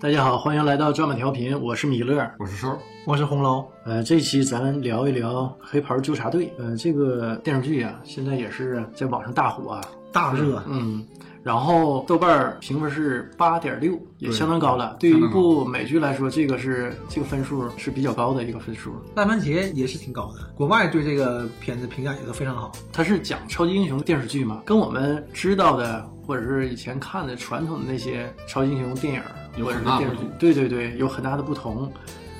大家好，欢迎来到抓马调频，我是米勒，我是收，我是红楼。呃，这期咱们聊一聊《黑袍纠察队》。呃，这个电视剧啊，现在也是在网上大火啊，大热，嗯，然后豆瓣儿评分是八点六，也对相当高了。对于一相当高部美剧来说，这个是这个分数是比较高的一个分数。烂番茄也是挺高的，国外对这个片子评价也都非常好。它是讲超级英雄电视剧嘛，跟我们知道的或者是以前看的传统的那些超级英雄电影儿有或者是很大电视不剧同，对对对，有很大的不同。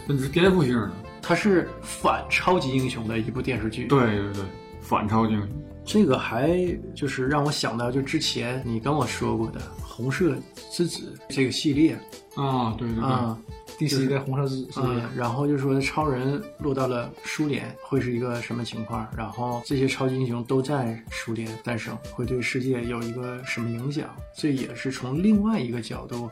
那是颠覆性的。它是反超级英雄的一部电视剧。对对对，反超精英。这个还就是让我想到，就之前你跟我说过的《红色之子》这个系列啊，对对对，啊， DC 的红色之之夜，嗯，然后就说超人落到了苏联会是一个什么情况，然后这些超级英雄都在苏联诞生，会对世界有一个什么影响？这也是从另外一个角度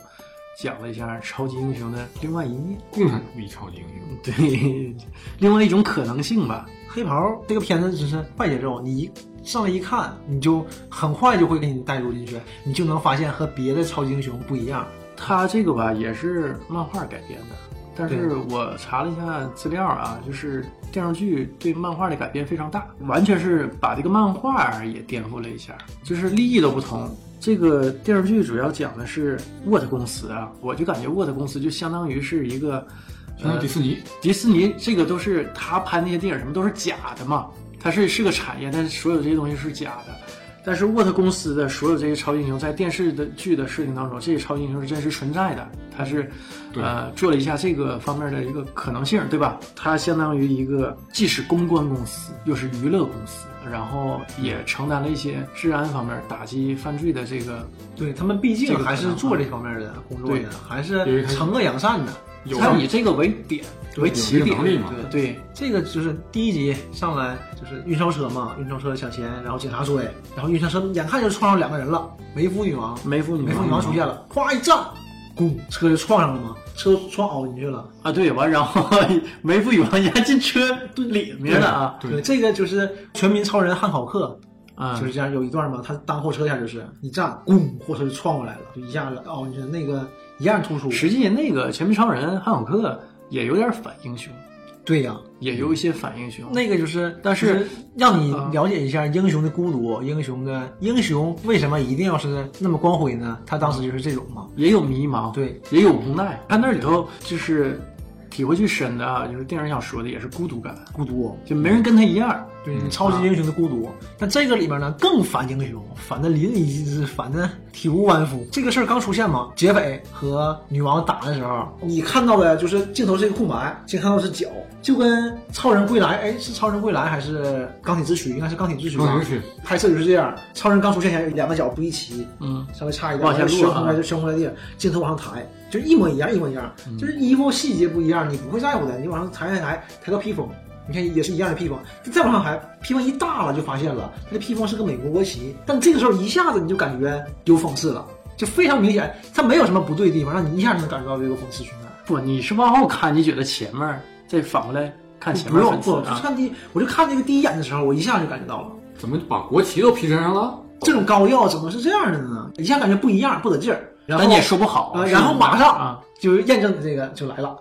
讲了一下超级英雄的另外一面，共产主义超级英雄。对，另外一种可能性吧。黑袍这个片子真是快节奏，你一上来一看，你就很快就会给你带入进去，你就能发现和别的超级英雄不一样。它这个吧也是漫画改编的，但是对我查了一下资料啊，就是电视剧对漫画的改编非常大，完全是把这个漫画也颠覆了一下，就是利益都不同。这个电视剧主要讲的是沃特公司啊，我就感觉沃特公司就相当于是一个，现在呃迪，士尼，迪士尼这个都是他拍那些电影什么都是假的嘛，它是是个产业，但是所有这些东西是假的。但是沃特公司的所有这些超级英雄在电视的剧的设定当中，这些超级英雄是真实存在的，它是，对呃，做了一下这个方面的一个可能性，对吧？它相当于一个既是公关公司，又是娱乐公司，然后嗯也承担了一些治安方面打击犯罪的这个对他们毕这竟个还是可能啊做这方面的工作对的，还因为是他惩恶扬善的。有他以这个为点为有起这个点，能力嘛？对对，这个就是第一集上来就是运钞车嘛，运钞车抢钱，然后警察追，然后运钞车眼看就撞上两个人了，梅夫女王，梅夫女梅夫女王出现了，咵一站，咣，车就撞上了嘛，车撞凹进去了。啊，对，完然后 梅夫语王家进车里面了啊，对这个就是全民超人汉考克，啊就，是这样，有一段嘛，他当货车一下就是一站，咣，货车就撞过来了，就一下子凹进去，那个一样突出。实际那个全民超人汉考克也有点反英雄，对呀、也有一些反英雄。那个就是，但是嗯就是让你了解一下英雄的孤独，英雄的英雄为什么一定要是那么光辉呢？他当时就是这种嘛。也有迷茫，对，也有无奈。他那里头就是体会最深的啊，就是电影想说的也是孤独感，孤独，就没人跟他一样。对，嗯超啊级英雄的孤独。但这个里面呢，更反英雄，反的淋漓，反的体无完肤。这个事儿刚出现嘛，劫匪和女王打的时候，你看到的就是镜头是一个空白，先看到是脚，就跟超人归来，哎，是超人归来还是钢铁之躯？应该是钢铁之躯吧。钢铁之躯拍摄就是这样，超人刚出现前，两个脚不一齐，嗯，稍微差一点，往下落旋啊回来就旋回来地，镜头往上抬，就一模一样，一模一样，嗯就是衣服细节不一样，你不会在乎的，你往上抬抬抬，抬到披风，你看也是一样的披风，再往上抬，披风一大了就发现了，它的披风是个美国国旗，但这个时候一下子你就感觉有讽刺了，就非常明显，它没有什么不对的地方，让你一下就能感觉到这个讽刺存在。不，你是往后看，你觉得前面儿再反过来看前不面儿用粉丝不，就啊，看第一，我就看这个第一眼的时候，我一下就感觉到了。怎么把国旗都披身上了？这种高调怎么是这样的呢？一下感觉不一样，不得劲儿。然后但你也说不好啊、啊。是然后马上啊，就是验证这个就来了，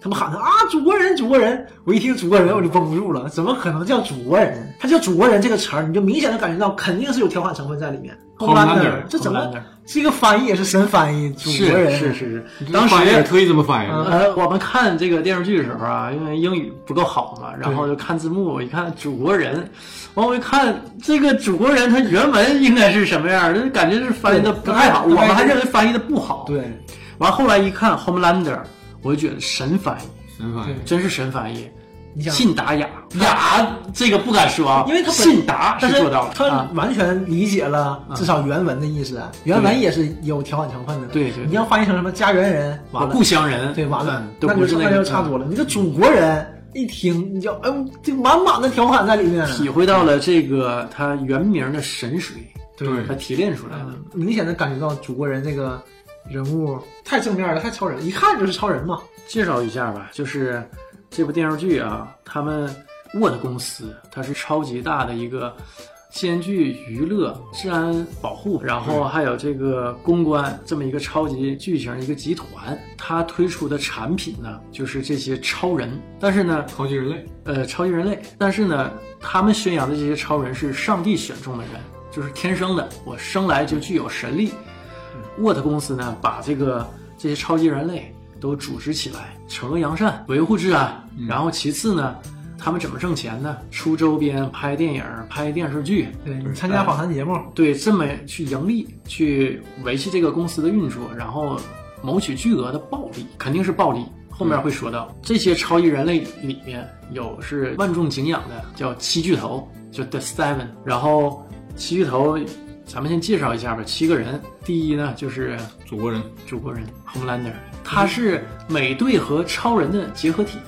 他们喊他啊，祖国人，祖国人！我一听祖国人，我就绷不住了，怎么可能叫祖国人？他叫祖国人这个词儿，你就明显的感觉到肯定是有调侃成分在里面。 Homelander，这怎么 Homelander 这个翻译也是神翻译？祖是国人是是是，当当时时也是特意这么翻译的。呃，我们看这个电视剧的时候啊，因为英语不够好嘛，然后就看字幕，我一看祖国人，完我一看这个祖国人，他原文应该是什么样儿，就是感觉是翻译的不太好，我对们还认为翻译的不好。，对，完后来一看 Homelander，我就觉得神翻译，神翻译对，真是神翻译，你想，信达雅雅这个不敢说啊，因为他本信达但是做到了他啊，完全理解了至少原文的意思，啊原文也是有调侃成分的。对对你要翻译成什么家园人，完我了。故乡人，对，完了嗯，都那不就是那那个就差多了。你这祖国人一听，你就哎呦，这满满的调侃在里面，嗯体会到了这个他原名的神髓，对他提炼出来的。嗯明显的感觉到祖国人这个人物太正面了，太超人，一看就是超人嘛。介绍一下吧，就是这部电视剧啊，他们沃特公司，它是超级大的一个兼具娱乐、治安保护，然后还有这个公关这么一个超级巨型的一个集团，它推出的产品呢，就是这些超人。但是呢，超级人类，呃，超级人类，但是呢，他们宣扬的这些超人是上帝选中的人，就是天生的，我生来就具有神力。沃特公司呢，把这个这些超级人类都组织起来，惩恶扬善，维护治安。然后其次呢，他们怎么挣钱呢？出周边、拍电影、拍电视剧，对你参加访谈节目，对，哎这么去盈利，去维系这个公司的运作，然后谋取巨额的暴利，肯定是暴利。后面会说到、嗯这些超级人类里面有是万众敬仰的，叫七巨头，就 The Seven。然后七巨头，咱们先介绍一下吧，七个人。第一呢就是祖国人，祖国人 Homelander，他是美队和超人的结合体。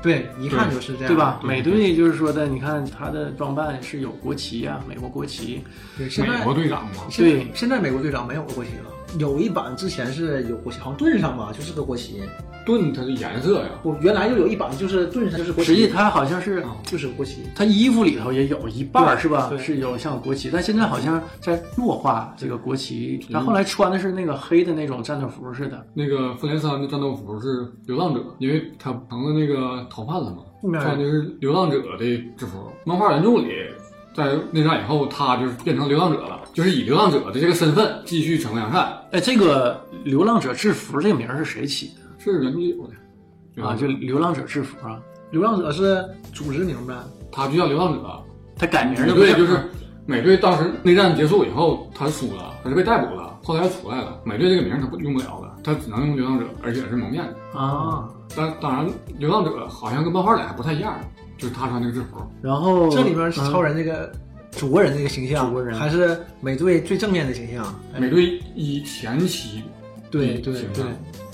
对，一看就是这样，对吧？嗯对美队就是说的，你看他的装扮是有国旗啊，美国国旗，对，现美在国队长嘛，现在对现在美国队长没有国旗了。有一版之前是有国旗，好像盾上吧，就是个国旗。盾它的颜色呀，我原来就有一版，就是盾上就是国实旗，际他好像嗯是就是国旗。他衣服里头也有一半儿对是吧？对是有像国旗，但现在好像在弱化这个国嗯旗。他后来穿的是那个黑的那种战斗服似的，那个复联三的战斗服是流浪者，因为他成了那个逃犯了嘛，嗯穿的是流浪者的制服。漫画原著里，在内战以后，他就是变成流浪者了，就是以流浪者的这个身份继续惩恶扬善，哎，这个流浪者制服这个名儿是谁起是原著有的的嗯啊？就流浪者制服啊，流浪者是组织名呗，他就叫流浪者。他改名儿美嗯了不队就是美队，当时内战结束以后，他输了，他是被逮捕了，后来又出来了。美队这个名儿他不用不了了，他只能用流浪者，而且是蒙面的。啊。但当然，流浪者好像跟漫画里还不太一样，就是他穿那个制服。然后这里边是嗯超人这个祖国人这个形象，祖国人还是美队最正面的形象。美队一前期对嗯对形对象，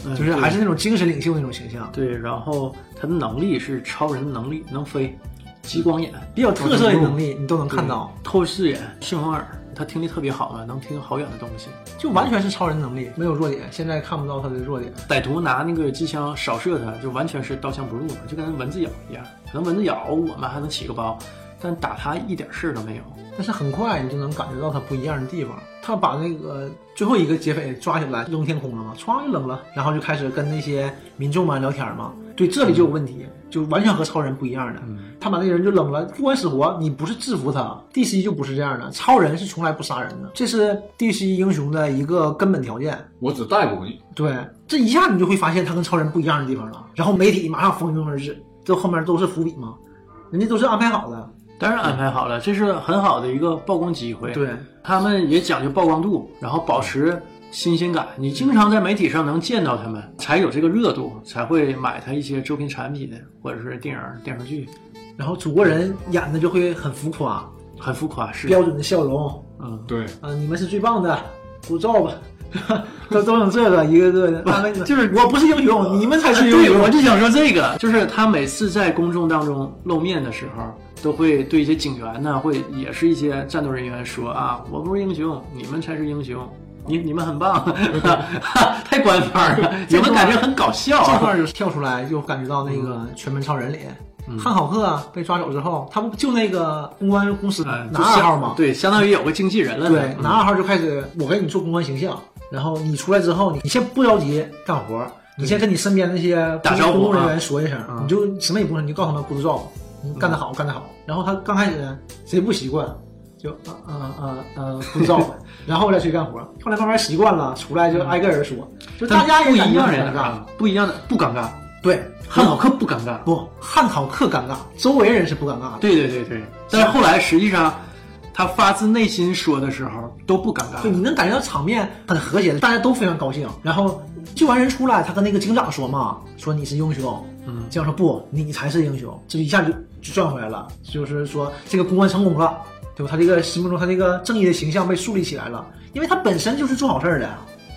嗯就是对还是那种精神领袖那种形象，对，然后他的能力是超人的能力，能飞，激光眼、比较特色的能力你都能看到，透视眼、性风耳，他听力特别好啊，能听好远的东西。就完全是超人的能力，没有弱点。现在看不到他的弱点。歹徒拿那个机枪扫射他，就完全是刀枪不入嘛，就跟蚊子咬一样。可能蚊子咬我们还能起个包，但打他一点事儿都没有。但是很快你就能感觉到他不一样的地方。他把那个最后一个劫匪抓起来扔天空了嘛，歘就扔了，然后就开始跟那些民众们聊天嘛。对，这里就有问题，就完全和超人不一样的。他把那个人就扔了，不管死活，你不是制服他，DC 就不是这样的。超人是从来不杀人的，这是 DC 英雄的一个根本条件。我只逮捕你，对，这一下你就会发现他跟超人不一样的地方了。然后媒体马上蜂拥而至，这后面都是伏笔嘛，人家都是安排好的。当然安排好了，这是很好的一个曝光机会。对，他们也讲究曝光度，然后保持新鲜感。你经常在媒体上能见到他们，才有这个热度，才会买他一些周边产品或者是电影、电视剧，然后祖国人演的就会很浮夸，很浮夸是。标准的笑容嗯，对，啊，你们是最棒的，鼓噪吧， 都都整这个一个个的，安慰你们就是我不是英呃雄，你们才是英对，我雄。就想说这个，就是他每次在公众当中露面的时候，都会对一些警员呢，会也是一些战斗人员说啊，我不是英雄，你们才是英雄，你你们很 棒， 太官方了，有没有感觉很搞笑这啊？块就跳出来，就感觉到那个全门超人里，汉考克啊被抓走之后，他不就那个公关公司嗯拿二号吗？对，相当于有个经纪人了呢。嗯对，拿二号就开始，我给你做公关形象，然后你出来之后，你你先不着急干活，你先跟你身边那些打公招呼公务人啊员说一声，嗯你就什么也不说，你就告诉他们 good job，你干得好，干得好。然后他刚开始谁不习惯，就啊啊啊啊 good job，然后再去干活。后来慢慢习惯了，出来就挨个人说，就嗯大但家也不感一觉样嗯很人尴尬。嗯啊，不一样的不尴尬，对，汉汉考克不尴 尬。不汉考克尴尬，周围人是不尴尬的。对对对对，但是后来实际上，他发自内心说的时候都不尴对，尬。你能感觉到场面很和谐，大家都非常高兴。然后救完人出来，他跟那个警长说嘛，说你是英雄。嗯警长说不，你才是英雄。这一下就就转回来了，就是说这个公关成功了，对吧？他这个心目中他这个正义的形象被树立起来了，因为他本身就是做好事儿的。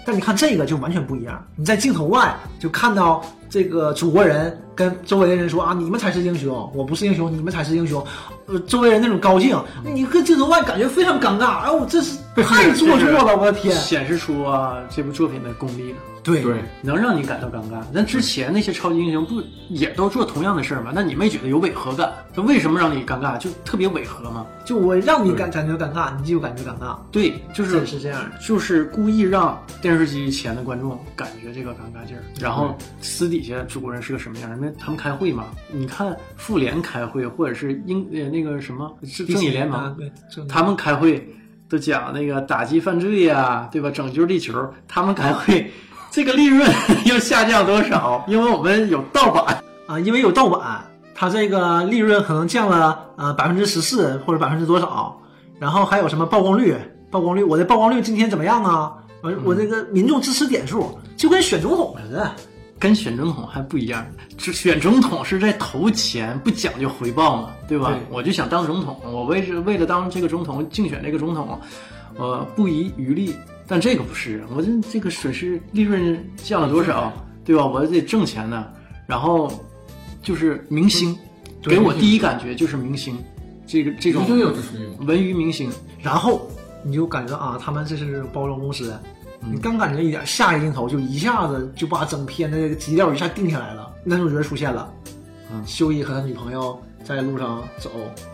但你看这个就完全不一样，你在镜头外就看到这个楚国人跟周围的人说啊，你们才是英雄，我不是英雄，你们才是英雄。呃，周围人那种高兴，你跟镜头外感觉非常尴尬。哎，我这是 太做作了，我的天！显示出啊这部作品的功力了，对对，能让你感到尴尬。那之前那些超级英雄不也都做同样的事儿吗？那你没觉得有违和感？他为什么让你尴尬？就特别违和吗？就我让你感感觉尴尬，你就感觉尴尬，对，就真是是这样的。就是故意让电视机前的观众感觉这个尴尬劲儿，然后私底下中国人是个什么样儿？因为他们开会嘛，你看妇联开会，或者是英呃那个什么是正义联啊盟，对，正他们开会都讲那个打击犯罪呀、对吧？拯救地球，他们开会。这个利润 要下降多少？因为我们有盗版，啊，因为有盗版，它这个利润可能降了呃百分之十四或者百分之多少，然后还有什么曝光率？曝光率，我的曝光率今天怎么样啊？我我嗯这个民众支持点数就跟选总统似的，跟选总统还不一样。这选总统是在投钱，不讲究回报嘛，对吧？对我就想当总统，我为是为了当这个总统竞选这个总统，呃，不遗余力。但这个不是，我这这个损失利润降了多少，对吧？我得挣钱呢。然后就是明星，嗯对给我明星第一感觉就是明星，这个这种一定有支持欲嘛。文娱明星，然后你就感觉啊，他们这是包装公司，你刚感觉一点，下一个镜头就一下子就把整片的这个基调一下定下来了，男主角出现了，嗯修一和他女朋友在路上走，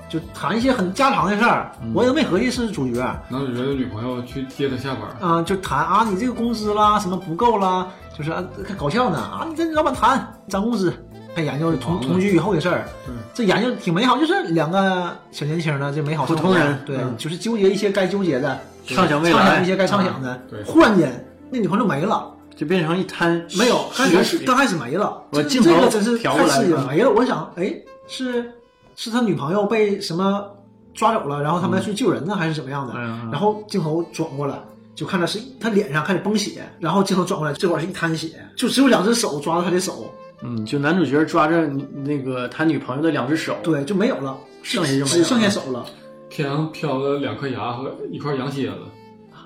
就谈一些很家常的事儿，我也没合计是主角。男主角的女朋友去接他下班儿，啊、就谈啊，你这个工资啦，什么不够啦，就是啊，还搞笑呢啊，你跟老板谈涨工资，还研究同忙了同居以后的事儿，对，这研究挺美好，就是两个小年轻呢，这美好生活普通人对，嗯就是纠结一些该纠结的，畅想未来啊畅想一些该畅想的，对忽然间那女朋友没了，就变成一滩没有，刚开血始水。刚开始没了，我这镜头这个真是调太过来刺激嗯了，没了，我想，哎，是是他女朋友被什么抓走了，然后他们要去救人呢，还是怎么样的？嗯嗯然后镜头转过来，就看到是他脸上开始崩血，然后镜头转过来，这会儿是一滩血，就只有两只手抓着他的手，嗯，就男主角抓着你那个他女朋友的两只手，对，就没有了，剩下就没有了只剩下手了。天上飘了两颗牙和一块羊蝎子，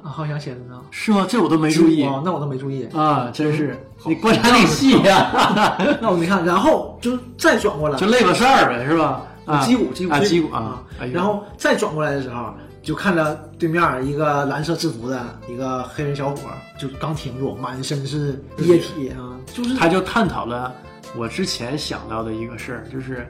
啊，好想写的呢，是吗？这我都没注意哦，那我都没注意，啊，真是你观察力细呀，那我没看，然后就再转过来，就累个事儿呗，是吧？啊，击鼓击鼓啊，击鼓啊，哎呦然后再转过来的时候，就看到对面一个蓝色制服的一个黑人小伙，就刚停住，满身是液体啊，就是他就探讨了我之前想到的一个事儿，就是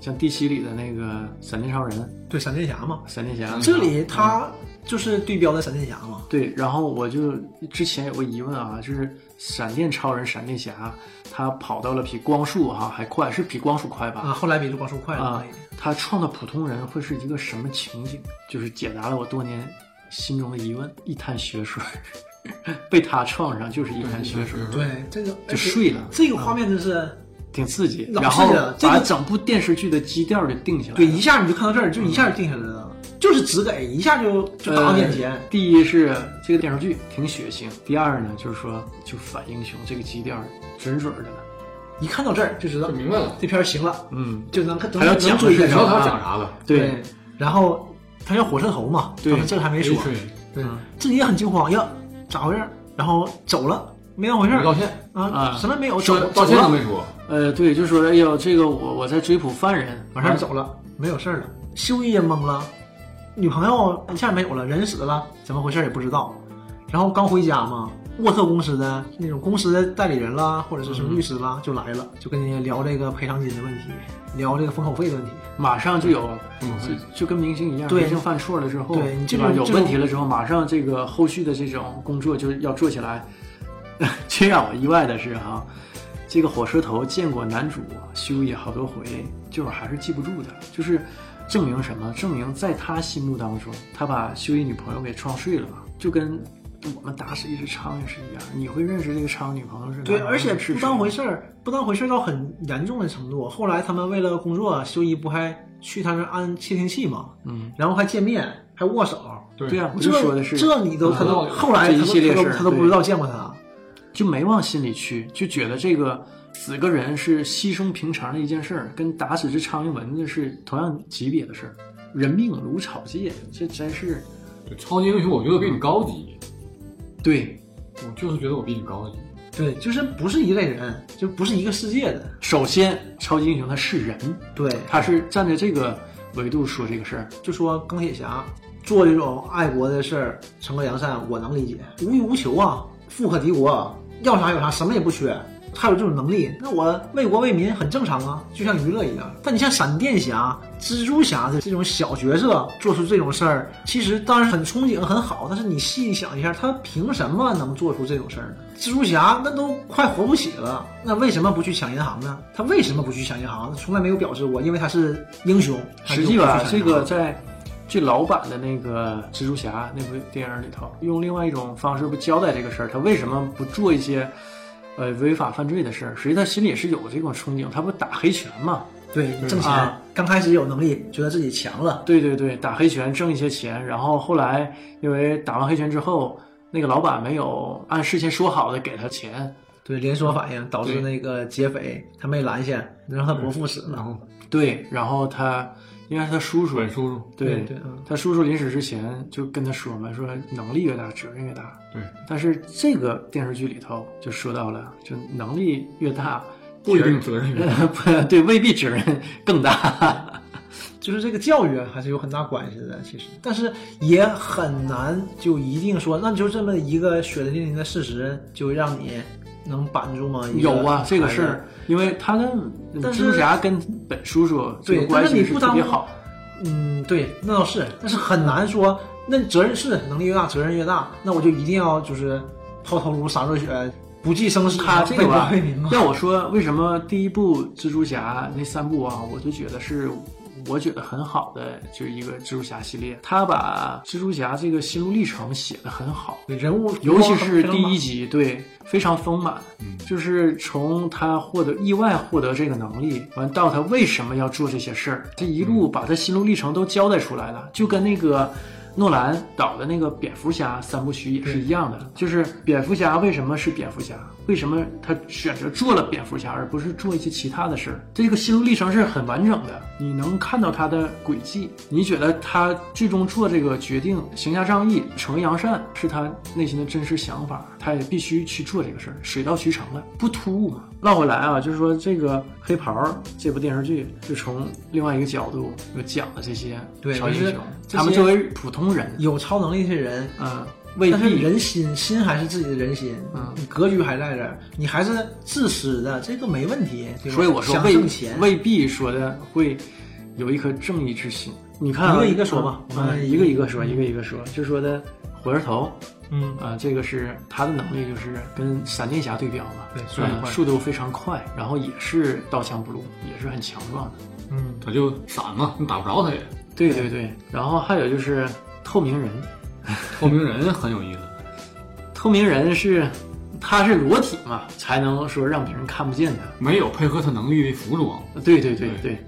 像第七里的那个闪电超人、对闪电侠嘛。闪电侠，这里他就是对标的闪电侠嘛，对，然后我就之前有个疑问啊，就是闪电超人、闪电侠，他跑到了比光速哈、还快，是比光速快吧？啊，后来比这光速快了啊，他创造普通人会是一个什么情景？就是解答了我多年心中的疑问。一滩血水儿， 被他撞上就是一滩血水儿，对，对这个哎就睡啊了，这个画面真是，挺刺激。 老然后是的这个把整部电视剧的基调给定下来了。对一下你就看到这儿，就一下就定下来了，就是只给一下就就打到面前呃。第一是这个电视剧挺血腥，第二呢就是说就反英雄这个基调准准儿的了。一看到这儿就知道就明白了。这片儿行了，嗯，就能看能还要能讲追是你下知吧去道了。他讲啥了？对，然后他要火车头嘛，对咱们这个还没说，吹，对嗯，自己也很惊慌，呀，咋回事儿？然后走了，没当回事没儿道歉，啊啊，什么也没有，走说走道歉都了，没说，呃，对，就说哎呦，这个我我在追捕犯人，完事儿走了，没有事儿了。修一也懵了，女朋友啊一下没有了，人死了，怎么回事儿也不知道。然后刚回家嘛，沃特公司的那种公司的代理人啦，或者是什么律师啦，就来了，就跟人家聊这个赔偿金的问题，聊这个封口费的问题。马上就有嗯，就就跟明星一样，对明星犯错了之后，对你这吧种有这问种题了之后，马上这个后续的这种工作就要做起来。 最让我意外的是哈、这个火车头见过男主修也好多回，就是还是记不住的，就是证明什么？证明在他心目当中，他把修一女朋友给撞碎了，就跟我们打死一只苍蝇是一样。你会认识这个苍蝇女朋友是对，男而且是不谁当回事儿，不当回事儿到很严重的程度。后来他们为了工作，修一不还去他那儿安窃听器嘛，嗯，然后还见面，还握手。对啊，我就这说的是这你都啊他都嗯后来这他一系列都事他都儿他都对不知道见过他。就没往心里去，就觉得这个死个人是稀松平常的一件事儿，跟打死只苍蝇蚊子是同样级别的事儿。人命如草芥，这真是对超级英雄，我觉得我比你高级，对我就是觉得我比你高级。对，就是不是一类人，就不是一个世界的。首先，超级英雄他是人，对，他是站在这个维度说这个事儿。就说钢铁侠做这种爱国的事儿，惩恶扬善，我能理解，无欲无求啊，富可敌国，要啥有啥，什么也不缺。他有这种能力，那我为国为民很正常啊，就像娱乐一样。但你像闪电侠、蜘蛛侠的这种小角色做出这种事儿，其实当然很憧憬很好，但是你细细想一下，他凭什么能做出这种事儿呢？蜘蛛侠那都快活不起了，那为什么不去抢银行呢？他为什么不去抢银行？从来没有表示过，因为他是英雄。他就实际不去吧，抢这银行个在最老版的那个蜘蛛侠那部电影里头，用另外一种方式不交代这个事儿，他为什么不做一些呃违法犯罪的事儿？实际他心里是有这种憧憬，他不打黑拳嘛？对挣钱、啊刚开始有能力，觉得自己强了，对对对，打黑拳挣一些钱，然后后来因为打完黑拳之后，那个老板没有按事先说好的给他钱，对连锁反应导致对那个劫匪他没拦下，让他伯父死然了。后对，然后他应该是他叔叔，阮叔叔，对对，嗯。他叔叔临死之前就跟他说嘛，说能力越大，责任越大。对，但是这个电视剧里头就说到了，就能力越大，不一定责任越大。不对，未必责任更大。就是这个教育还是有很大关系的，其实，但是也很难就一定说，那就这么一个血淋淋的事实，就让你能板住吗？一有啊，这个孩子事儿，，因为他跟但蜘是蛛侠跟本叔叔这个对关但是你系是不特别当好，嗯，对，那倒是，但是很难说，那责任是能力越大，责任越大，那我就一定要就是抛头颅洒热血，不计生死，啊他这个啊吧为国为民嘛，要我说，为什么第一部蜘蛛侠那三部啊，我就觉得是我觉得很好的，就是一个蜘蛛侠系列，他把蜘蛛侠这个心路历程写得很好，对人物，尤其是第一集，集，对，非常丰满。嗯，就是从他获得意外获得这个能力，完到他为什么要做这些事儿，他一路把他心路历程都交代出来了，就跟那个诺兰导的那个蝙蝠侠三部曲也是一样的，就是蝙蝠侠为什么是蝙蝠侠，为什么他选择做了蝙蝠侠而不是做一些其他的事儿，这个心路历程是很完整的，你能看到他的轨迹，你觉得他最终做这个决定，行侠仗义、惩恶扬善是他内心的真实想法，他也必须去做这个事儿，水到渠成了，不突兀嘛。绕回来啊，就是说这个《黑袍》这部电视剧就从另外一个角度又讲了这些对超级就英是雄，这他们些作为普通人，有超能力的人嗯，未呃但是必人心心还是自己的人心，嗯你格局还在这儿，你还是自私的，这个没问题。对吧所以我说想未挣钱，未必说的会有一颗正义之心。你看、一个一个说吧吧，我们一个一个说，一个一个说，就说的火车头嗯，啊、这个是他的能力，就是跟闪电侠对标嘛，对速度呃快速度非常快，然后也是刀枪不入，也是很强壮的。嗯，他就闪嘛，你打不着他也。对对对，然后还有就是透明人，透明人很有意思，透明人是他是裸体嘛，才能说让别人看不见他。没有配合他能力的服装，对对对对对，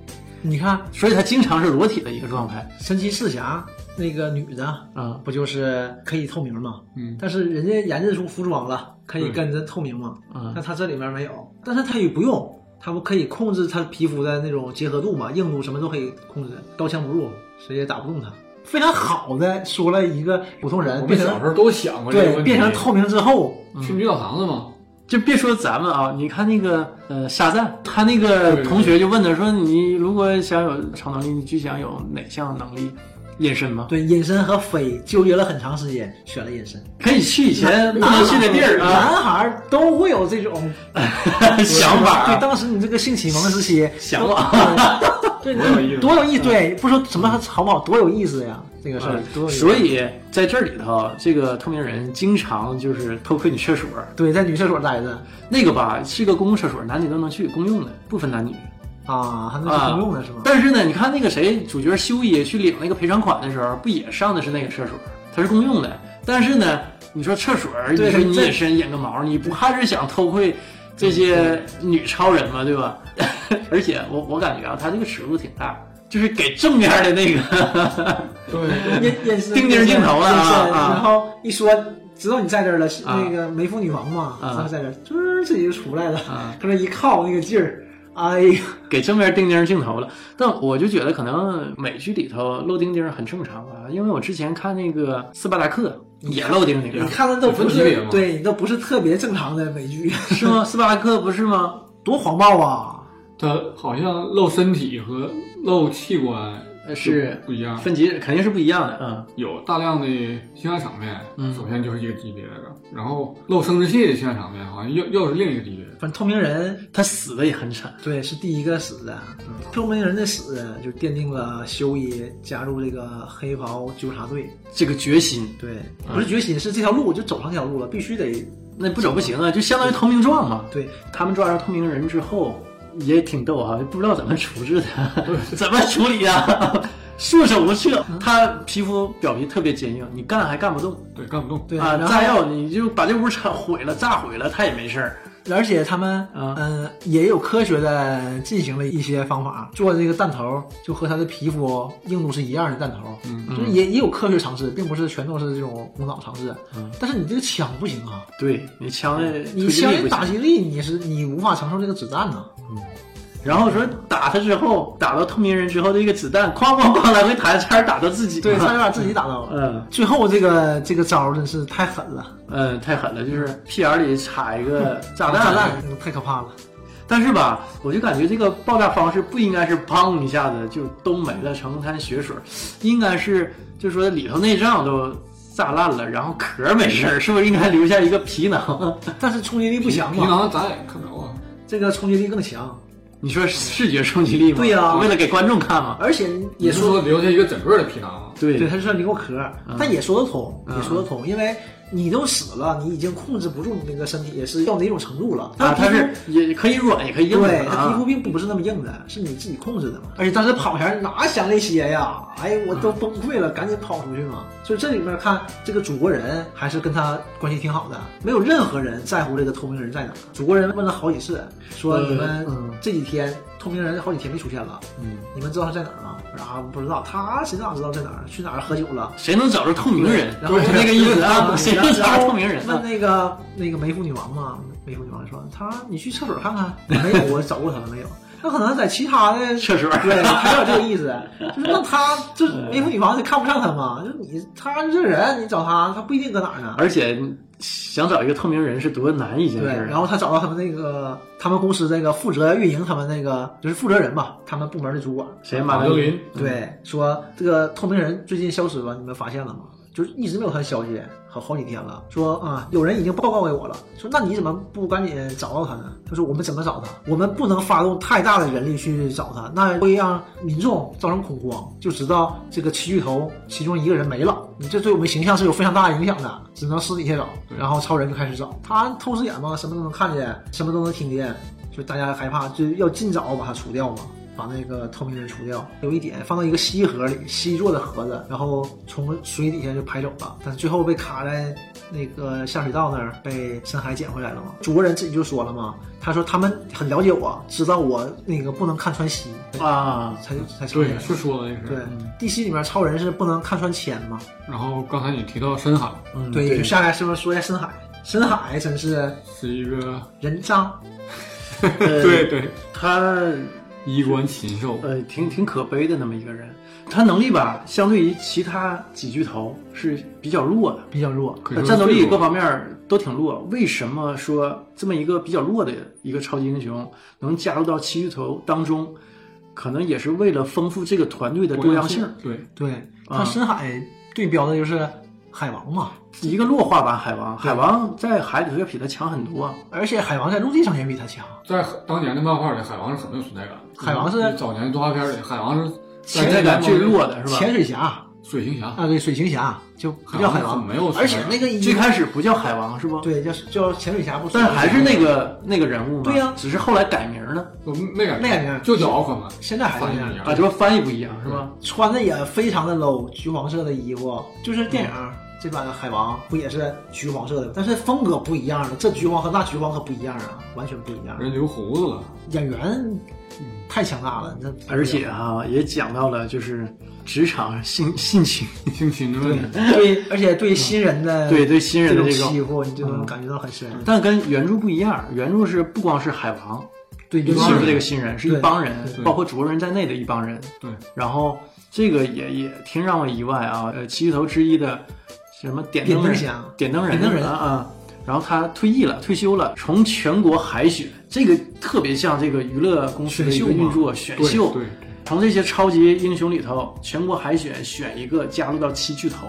你看所以他经常是裸体的一个状态神奇四侠那个女的，啊、不就是可以透明吗？嗯，但是人家研制出服装了，可以对跟着透明吗？嗯但他这里面没有，但是他也不用，他不可以控制他皮肤的那种结合度嘛，硬度什么都可以控制，刀枪不入，谁也打不动他。非常好的说了一个普通人我们呃变成小时候都想过这个对问题。嗯变成透明之后，去女澡堂子嘛，就别说咱们啊，你看那个呃沙赞，他那个对同学就问他说：“你如果想有超能力，你最想有哪项能力？隐身吗？对隐身和飞纠结了很长时间，选了隐身。可以去以前不男能去的地儿啊。男孩儿都会有这种想啊法啊对，当时你这个性启蒙时期，想法都，对，多有意思嗯多有意思，对，不说什么好不好，多有意思呀，这个事儿嗯，多有意思所以在这里头，这个透明人经常就是偷窥你厕所，对，在女厕所待着那个吧是个公共厕所，男女都能去，公用的，不分男女。啊，还能是公用的是吗？但是呢，你看那个谁，主角修一去领那个赔偿款的时候，不也上的是那个厕所？它是公用的。但是呢，你说厕所，你对说你这隐身隐个毛，你不还是想偷窥这些女超人吗？对吧？ 而且我我感觉啊，他这个尺度挺大，就是给正面的那个对， 眼眼神钉钉镜头了啊眼神啊然后一说。知道你在这儿了，啊那个梅妇女王嘛，啊知道在这儿，就是自己就出来了，啊，搁那一靠那个劲儿，哎呀，给正面钉钉镜头了。但我就觉得可能美剧里头露钉钉很正常啊，了，因为我之前看那个《斯巴达克》也漏丁那你个，看的都不有分级别是吗对，都不是特别正常的美剧， 是吗？斯巴达克不是吗？多黄暴啊！他好像露身体和露器官呃是不一样，分级肯定是不一样的，嗯。有大量的性爱场面，嗯首先就是一个级别的，然后露生殖器的性爱场面好像又又是另一个级别的。反正透明人他死的也很惨，对是第一个死的，嗯透明人的死就奠定了修一加入这个黑袍纠察队。这个决心，对，啊不是决心，是这条路我就走上这条路了，必须得那不走不行啊，就相当于投名状嘛。对。他们抓着透明人之后也挺逗哈、不知道怎么处置他， 怎么处理啊？束手无策，嗯他皮肤表皮特别坚硬，你干还干不动对，干不动。对啊！然炸后药你就把这屋炸毁了，炸毁了他也没事儿。而且他们啊嗯、呃也有科学的进行了一些方法，做这个弹头就和他的皮肤硬度是一样的弹头，嗯就是也也有科学尝试，并不是全都是这种无脑尝试。嗯但是你这个枪不行啊，对你枪的嗯你推枪进力的不打行，击力你是你无法承受这个子弹呢。然后说打他之后，打到透明人之后，这个子弹哐哐哐来回弹，差点打到自己。对，差点把自己打到了。 嗯。最后这个这个招儿真是太狠了，嗯，太狠了，就是屁眼里插一 个炸弹。炸弹嗯太可怕了。但是吧，我就感觉这个爆炸方式不应该是砰一下子就都没了，成滩血水，应该是就是说里头内脏都炸烂了，然后壳没事儿，嗯是不是应该留下一个皮 囊？但是冲击力不强皮嘛，囊咱也看不着啊，这个冲击力更强，你说视觉冲击力吗？对呀为了给观众看嘛。而且你也是说说留下一个整个的皮囊吗？啊对对，它是留个壳儿，但也说得通，嗯也说得通，因为你都死了，你已经控制不住你那个身体是到哪种程度了。啊，它它皮是肤也可以软也可以硬对，的它皮啊肤。并不是那么硬的，是你自己控制的嘛。而且当时跑前哪想那些呀？哎，我都崩溃了，赶紧跑出去嘛。所以这里面看这个祖国人还是跟他关系挺好的，没有任何人在乎这个透明人在哪。祖国人问了好几次，说嗯你们嗯这几天透明人好几天没出现了，你们知道他在哪儿吗？啊，不知道，他谁哪知道在哪儿？去哪儿喝酒了？谁能找着透明人？然后就是那个意思 啊，谁能找然着后透明人问啊？那个那个梅芙女王嘛，梅芙女王说她，你去厕所 看看，没有，我找过她了，没有。那可能在其他的厕所对，还有这个 意思，就是那她就是梅芙女王就看不上她嘛，就你她这人，你找她，她不一定搁哪儿呢。而且想找一个透明嗯人是多难一件对事儿。，然后他找到他们那个他们公司这个负责运营他们那个就是负责人吧，他们部门的主管，谁马马德德琳琳？对，说这个透明人最近消失了，你们发现了吗？就是一直没有他的消息，好好几天了。说啊、有人已经报告给我了。说那你怎么不赶紧找到他呢？他说我们怎么找他？我们不能发动太大的人力去找他，那会让民众造成恐慌，就知道这个七巨头其中一个人没了，你这对我们形象是有非常大的影响的。只能私底下找，然后超人就开始找，他透视眼嘛，什么都能看见，什么都能听见，就大家害怕，就要尽早把他除掉嘛。把那个透明人除掉，有一点放到一个锡盒里，锡做的盒子，然后从水底下就排走了，但是最后被卡在那个下水道那儿，被深海捡回来了嘛。祖国人自己就说了嘛，他说他们很了解我，知道我那个不能看穿锡，啊，才才承认对，。是说的那对是。，地心里面超人是不能看穿铅嘛，然后刚才你提到深海嗯对，也就下来是不是说一下深海？深海真是是一个，人渣，呃 对对，他衣冠禽兽，呃，挺挺可悲的那么一个人。他能力吧，相对于其他几巨头是比较弱的，比较弱。可以呃说战斗力最弱各方面儿都挺弱。为什么说这么一个比较弱的一个超级英雄能加入到七巨头当中？可能也是为了丰富这个团队的多样性，。对，对，啊嗯他深海对标的就是海王嘛，一个弱化版海王，海王在海里头要比他强很多。而且海王在陆地上也比他强。在当年的漫画里，海王是很有存在感的。海王是嗯早年动画片里，海王是在存在感最弱的是吧？潜水侠啊，水行侠，对，水行侠就不啊叫海王，没有而且那个一最开始不叫海王是不？对叫叫潜水侠不？但还是那个那个人物嘛。对呀只是后来改名儿了我那个那个人就叫奥克曼，现在还是翻译那一样，啊，这不翻译不一样是吧？穿的也非常的 low，橘黄色的衣服，就是电影。这版的海王不也是橘黄色的，但是风格不一样了。这橘黄和那橘黄可不一样啊，完全不一样。人留胡子了，演员太强大了，那嗯而且啊，也讲到了就是职场性性情，性侵的问题。对，而且对新人的对对新人的这这种欺种，嗯负，你就能感觉到很深。但跟原著不一样，原著是不光是海王，对，尤一尤其帮其是人这个新人，是一对帮人对，包括卓人在内的一帮人。对，然后这个也也挺让我意外啊，呃，七巨头之一的什么点点灯灯人、侠，点灯人、点灯人啊啊，然后他退役了，退休了，从全国海选，这个特别像这个娱乐公司的一选秀个嘛运作选秀，对，对从这些超级英雄里头，全国海选选一个加入到七巨头，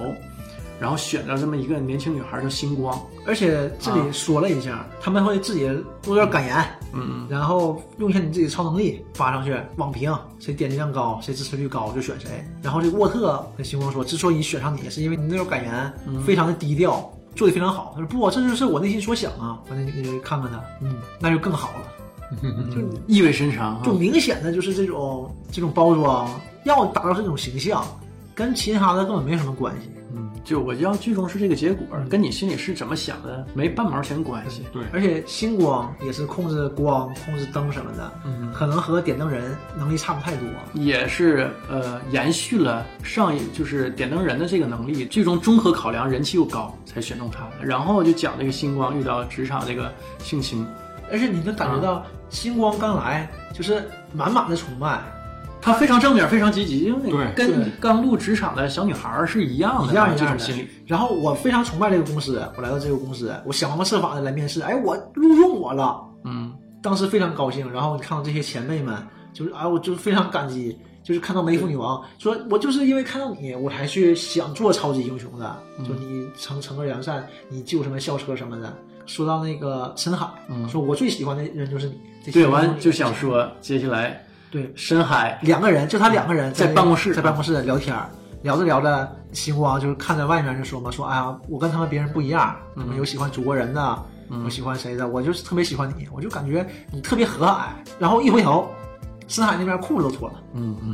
然后选到这么一个年轻女孩叫星光，而且这啊里说了一下，他们会自己做点感言，嗯，然后用一下你自己超能力发上去，网评谁点击量高，谁支持率高就选谁。然后这个沃特跟星光说，之所以选上你，是因为你那种感言嗯非常的低调，做的非常好。他说不，这就是我内心所想啊。完了，你就看看他，嗯，那就更好了。嗯意味深长啊就，明显的就是这种这种包装，要达到这种形象，跟其他的根本没什么关系。嗯就我要剧中是这个结果，嗯跟你心里是怎么想的没半毛钱关系。对而且星光也是控制光、控制灯什么的，嗯可能和点灯人能力差不太多。也是呃延续了上一就是点灯人的这个能力，最终综合考量人气又高才选中他。然后就讲这个星光遇到职场这个性侵，而且你能感觉啊到星光刚来就是满满的崇拜，他非常正面，非常积极，因为对跟对刚入职场的小女孩儿是一样的，一样一这样种的心理。然后我非常崇拜这个公司，我来到这个公司，我想方设法的来面试，哎，我录用我了，嗯，当时非常高兴。然后你看到这些前辈们，就是啊，我就是非常感激，就是看到美妇女王，说我就是因为看到你，我才去想做超级英雄的，嗯说你惩惩恶扬善，你救什么校车什么的。说到那个深海，嗯说我最喜欢的人就是你。这对些完人就想说，接下来对深海两个人，就他两个人在办公室在办公室聊天儿，聊着聊着，星光就是看着外面就说嘛，说哎呀，我跟他们别人不一样，嗯我们有喜欢祖国人的，我喜欢谁的，我就是特别喜欢你，我就感觉你特别和蔼。然后一回头，深海那边裤子都脱了，嗯，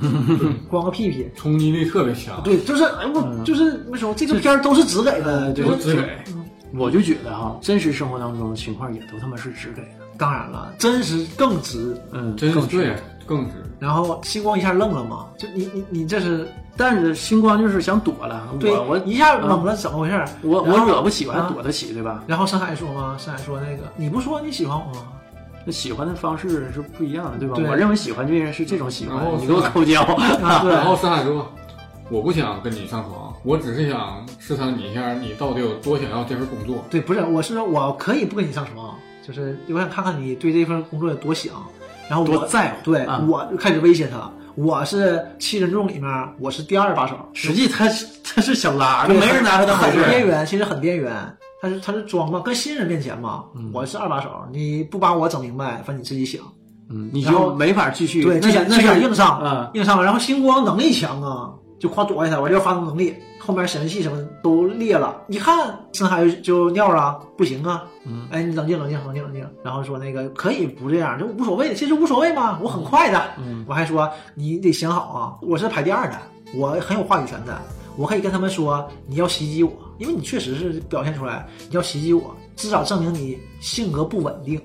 光个屁屁。冲击力特别强。对，就是哎，嗯我就是为什么这个片儿都是直给呃的，就我是只给嗯我就觉得哈，真实生活当中的情况也都他妈是直给的，当然了，真实更直。嗯，真是更直对，更是然后星光一下愣了嘛，就你你你这是但是星光就是想躲了，对我嗯我一下懵了，怎么回事儿？我然我后惹不起，我啊还躲得起，对吧？然后深海说嘛，深海说那个，你不说你喜欢我吗？那喜欢的方式是不一样的，对吧？对我认为喜欢这件事，这种喜欢然后，你给我口交， 啊，对然后深海说：“我不想跟你上床，我只是想试探你一下，你到底有多想要这份工作。对，不是，我是说我可以不跟你上床，就是我想看看你对这份工作有多想，然后多我在乎。对、啊我就开始威胁他，我是七人众里面我是第二把手，实际他是他是想拉的，没人拿他当回很事边儿。缘，其实很边缘。他是他是装嘛，跟新人面前嘛，我是二把手，你不把我整明白，反正你自己想。嗯，你然后就没法继续。对，那这是点这啊点硬上，嗯，硬上。然后星光能力强啊，就夸躲开他，我就发动能力，后面显示器什么都裂了。一看深海就尿了，不行啊，嗯，哎，你冷静冷静冷静冷静。然后说那个可以不这样，这无所谓，这就无所谓嘛，我很快的。嗯，我还说你得想好啊，我是排第二的，我很有话语权的，我可以跟他们说你要袭击我，因为你确实是表现出来你要袭击我，至少证明你性格不稳定。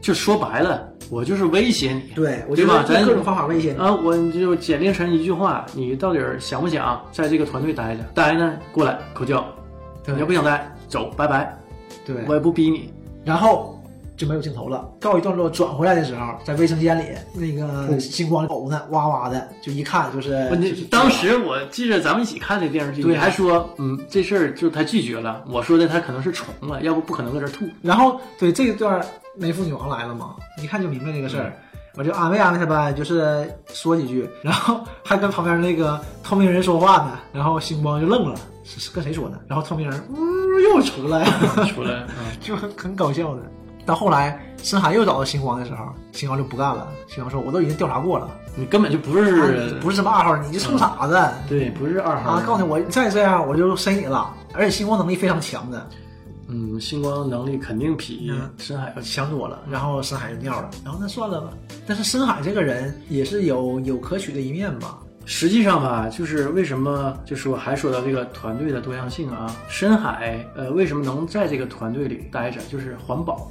就说白了，我就是威胁你。对，我对就吧咱用各种方法威胁你。啊，我就简练成一句话，你到底儿想不想在这个团队待着？待呢，过来口交。对你要不想待，走，拜拜，对，我也不逼你。然后就没有镜头了。告一段落，转回来的时候，在卫生间里，那嗯个星光呕呢，哇哇的，就一看就是我那就是哦当时我记着咱们一起看的电视剧，对你还说，嗯，这事儿就他拒绝了。我说的他可能是重了，要不不可能搁这儿 吐。然后对这一段梅妇女王来了嘛，一看就明白这个事嗯儿，我就安慰啊安慰她呗，就是说几句，然后还跟旁边那个透明人说话呢，然后星光就愣了，是是跟谁说呢？然后透明人呜、又出来，出来， 就很很搞笑的。到后来深海又找到星光的时候，星光就不干了，星光说我都已经调查过了，你根本就不是不是什么二号，啊你就臭傻子。对，不是二号啊，告诉你，我再这样我就塞你了。而且星光能力非常强的，嗯，星光能力肯定比嗯深海要强。强多了。然后深海就尿了，然后那算了吧。但是深海这个人也是有有可取的一面吧？实际上吧，就是为什么就说还说到这个团队的多样性啊，深海呃为什么能在这个团队里待着，就是环保。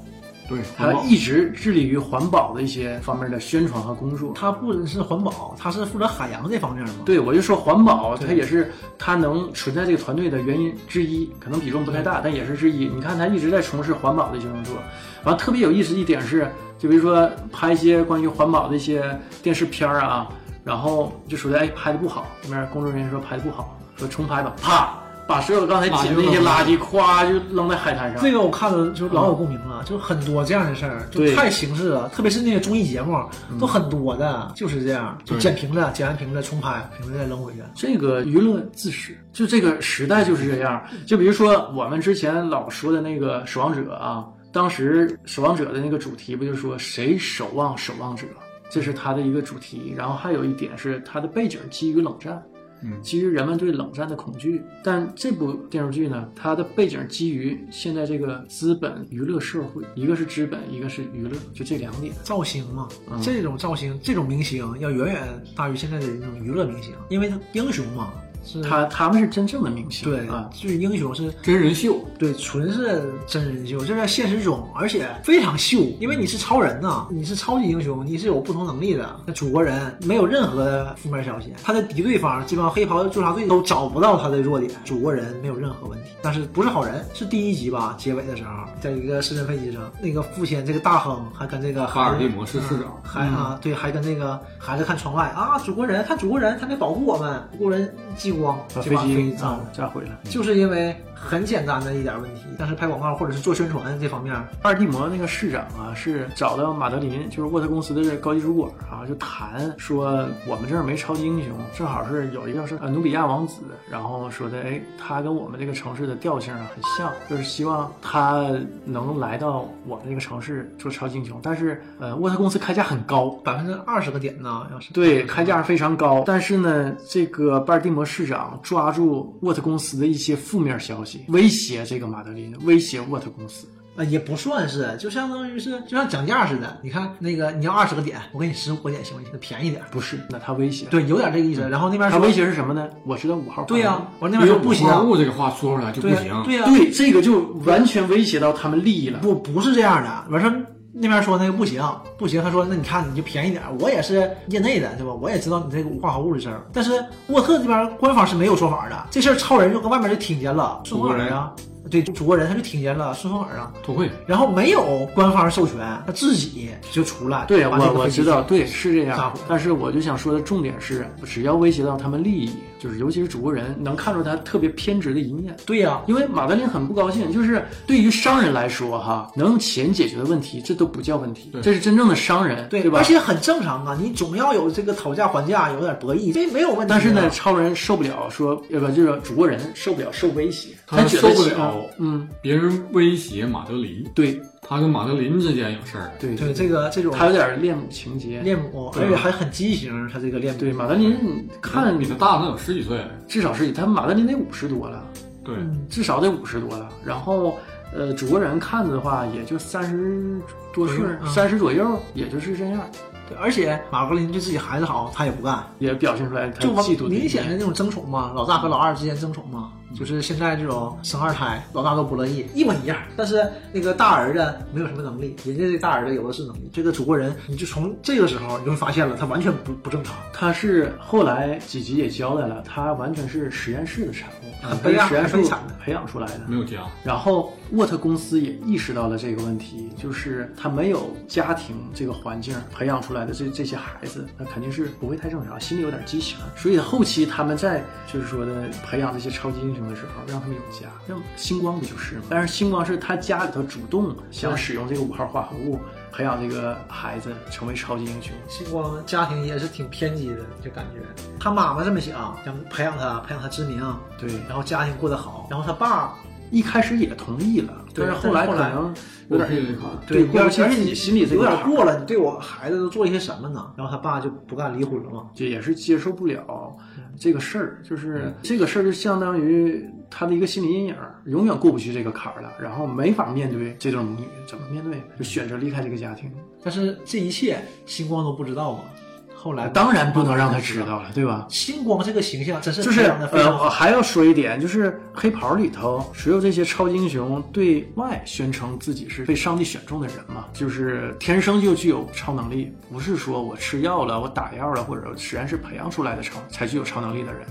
对，他环保一直致力于环保的一些方面的宣传和工作。他不只是环保，他是负责海洋这方面嘛。对，我就说环保，它对也是它能存在这个团队的原因之一，可能比重不太大，但也是之一。你看，他一直在从事环保的一些工作，完了特别有意思一点是，就比如说拍一些关于环保的一些电视片儿啊，然后就说的哎拍的不好，那边工作人员说拍的不好，说重拍吧，啪把所有刚才捡的那些垃圾咵就扔在海滩上。这个我看了就老有共鸣了，就很多这样的事儿，就对嗯太形式了，特别是那些综艺节目都很多的，就是这样，就对剪屏了，剪完屏了重拍，屏了再扔回去。这个娱乐自食，就这个时代就是这样。就比如说我们之前老说的那个《守望者》啊，当时《守望者》的那个主题不就说谁守望守望者，这是它的一个主题。然后还有一点是它的背景基于冷战，嗯基于人们对冷战的恐惧。但这部电视剧呢，它的背景基于现在这个资本娱乐社会，一个是资本，一个是娱乐，就这两点。造型嘛嗯，这种造型，这种明星要远远大于现在的那种娱乐明星，因为他英雄嘛，是他他们是真正的明星，对啊，，就是英雄是真人秀，对，纯是真人秀，这在现实中，而且非常秀，因为你是超人呐、你是超级英雄，你是有不同能力的。那祖国人没有任何的负面消息，他的敌对方这帮黑袍纠察队都找不到他的弱点，祖国人没有任何问题。但是不是好人？是第一集吧，结尾的时候，在一个私人飞机上，那个父亲这个大亨还跟这个哈尔孩子滨模式市长嗯还啊，对，还跟那个孩子看窗外啊，祖国人，看祖国人，他得保护我们，祖国人激光把就飞把飞机机炸啊了。炸毁了。就是因为很简单的一点问题，但是拍广告或者是做宣传这方面，二地魔那个市长啊，是找到马德琳，就是沃特公司的高级主管啊，就谈说我们这儿没超级英雄，正好是有一个是呃努比亚王子，然后说的哎，他跟我们这个城市的调性啊很像，就是希望他能来到我们这个城市做超级英雄，但是呃沃特公司开价很高，百分之二十个点呢，要是对，开价非常高，但是呢，这个巴尔的摩市长抓住沃特公司的一些负面消息，威胁这个马德琳，威胁沃特公司。呃也不算是，就相当于是就像讲价似的。你看那个你要二十个点，我给你十五个点行不行？便宜点。不是，那他威胁，对，有点这个意思。然后那边嗯他说威胁是什么呢？我知道五号。对呀、我那因边为说不行，矿物这个话说出来就不对啊呀、行。对呀、对，这个就完全威胁到他们利益了。不不是这样的。完事儿那边说那个不行不行，他说那你看你就便宜点儿，我也是业内的，对吧？我也知道你这个无化合物的事儿，但是沃特这边官方是没有说法的，这事儿超人就跟外面就挺肩了，顺风耳啊，对，祖国人他就挺肩了，顺风耳啊。都会，然后没有官方授权，他自己就出来。对，把这我个我飞机知道，对，是这撒样谎。但是我就想说的重点是，只要威胁到他们利益，就是尤其是主国人，能看出他特别偏执的一面。对呀、因为马德琳很不高兴，就是对于商人来说，哈，能用钱解决的问题，这都不叫问题，对这是真正的商人，对对吧而？且很正常啊，你总要有这个讨价还价，有点博弈，这没有问题的。啊但是呢，超人受不了说，呃不，就是主国人受不了受威胁，他觉得受不其了嗯，别人威胁马德琳，对他跟马德琳之间有事儿。对对，这个这种他有点恋母情节。恋母，对而且还很畸形，他这个恋母。对，马德琳你看比他大能有十几岁，至少是他马德琳得五十多了，对，嗯，至少得五十多了。然后，呃，主国人看着的话，也就三十多岁左右，嗯三十、左右，也就是这样，对，而且马格林对自己孩子好，他也不干，也表现出来他就嫉妒的一面明显的那种争宠嘛，老大和老二之间争宠嘛，就是现在这种生二胎，老大都不乐意，一模一样。但是那个大儿子没有什么能力，人家这大儿子有的是能力。这个祖国人，你就从这个时候你就会发现了，他完全不不正常。他是后来几集也交代了，他完全是实验室的产物，很他悲是哀实验室很悲惨的啊培养出来的。没有家，然后沃特公司也意识到了这个问题，就是他没有家庭这个环境培养出来的这这些孩子，那肯定是不会太正常，心里有点畸形。所以后期他们在就是说的培养这些超级英雄的时候，让他们有家，让星光不就是吗？但是星光是他家里头主动想使用这个五号化合物培养这个孩子成为超级英雄。星光家庭也是挺偏激的，就感觉他妈妈这么想，想培养他，培养他知名，对，然后家庭过得好，然后他爸一开始也同意了，对但是后来可但是后来能有点过不去这坎儿对，过而不去且自己你心里这有个点坎儿过了，你对我孩子都做一些什么呢？然后他爸就不干离婚了嘛。就也是接受不了这个事儿，就是这个事儿就相当于他的一个心理阴影儿，永远过不去这个坎儿了，然后没法面对这对母女，怎么面对？就选择离开这个家庭。但是这一切星光都不知道嘛。后来当然不能让他知道了，对吧？星光这个形象真是就是培养的非呃，常我好。还要说一点，就是黑袍里头只有这些超级英雄对外宣称自己是被上帝选中的人嘛，就是天生就具有超能力，不是说我吃药了、我打药了，或者实验室培养出来的超才具有超能力的人。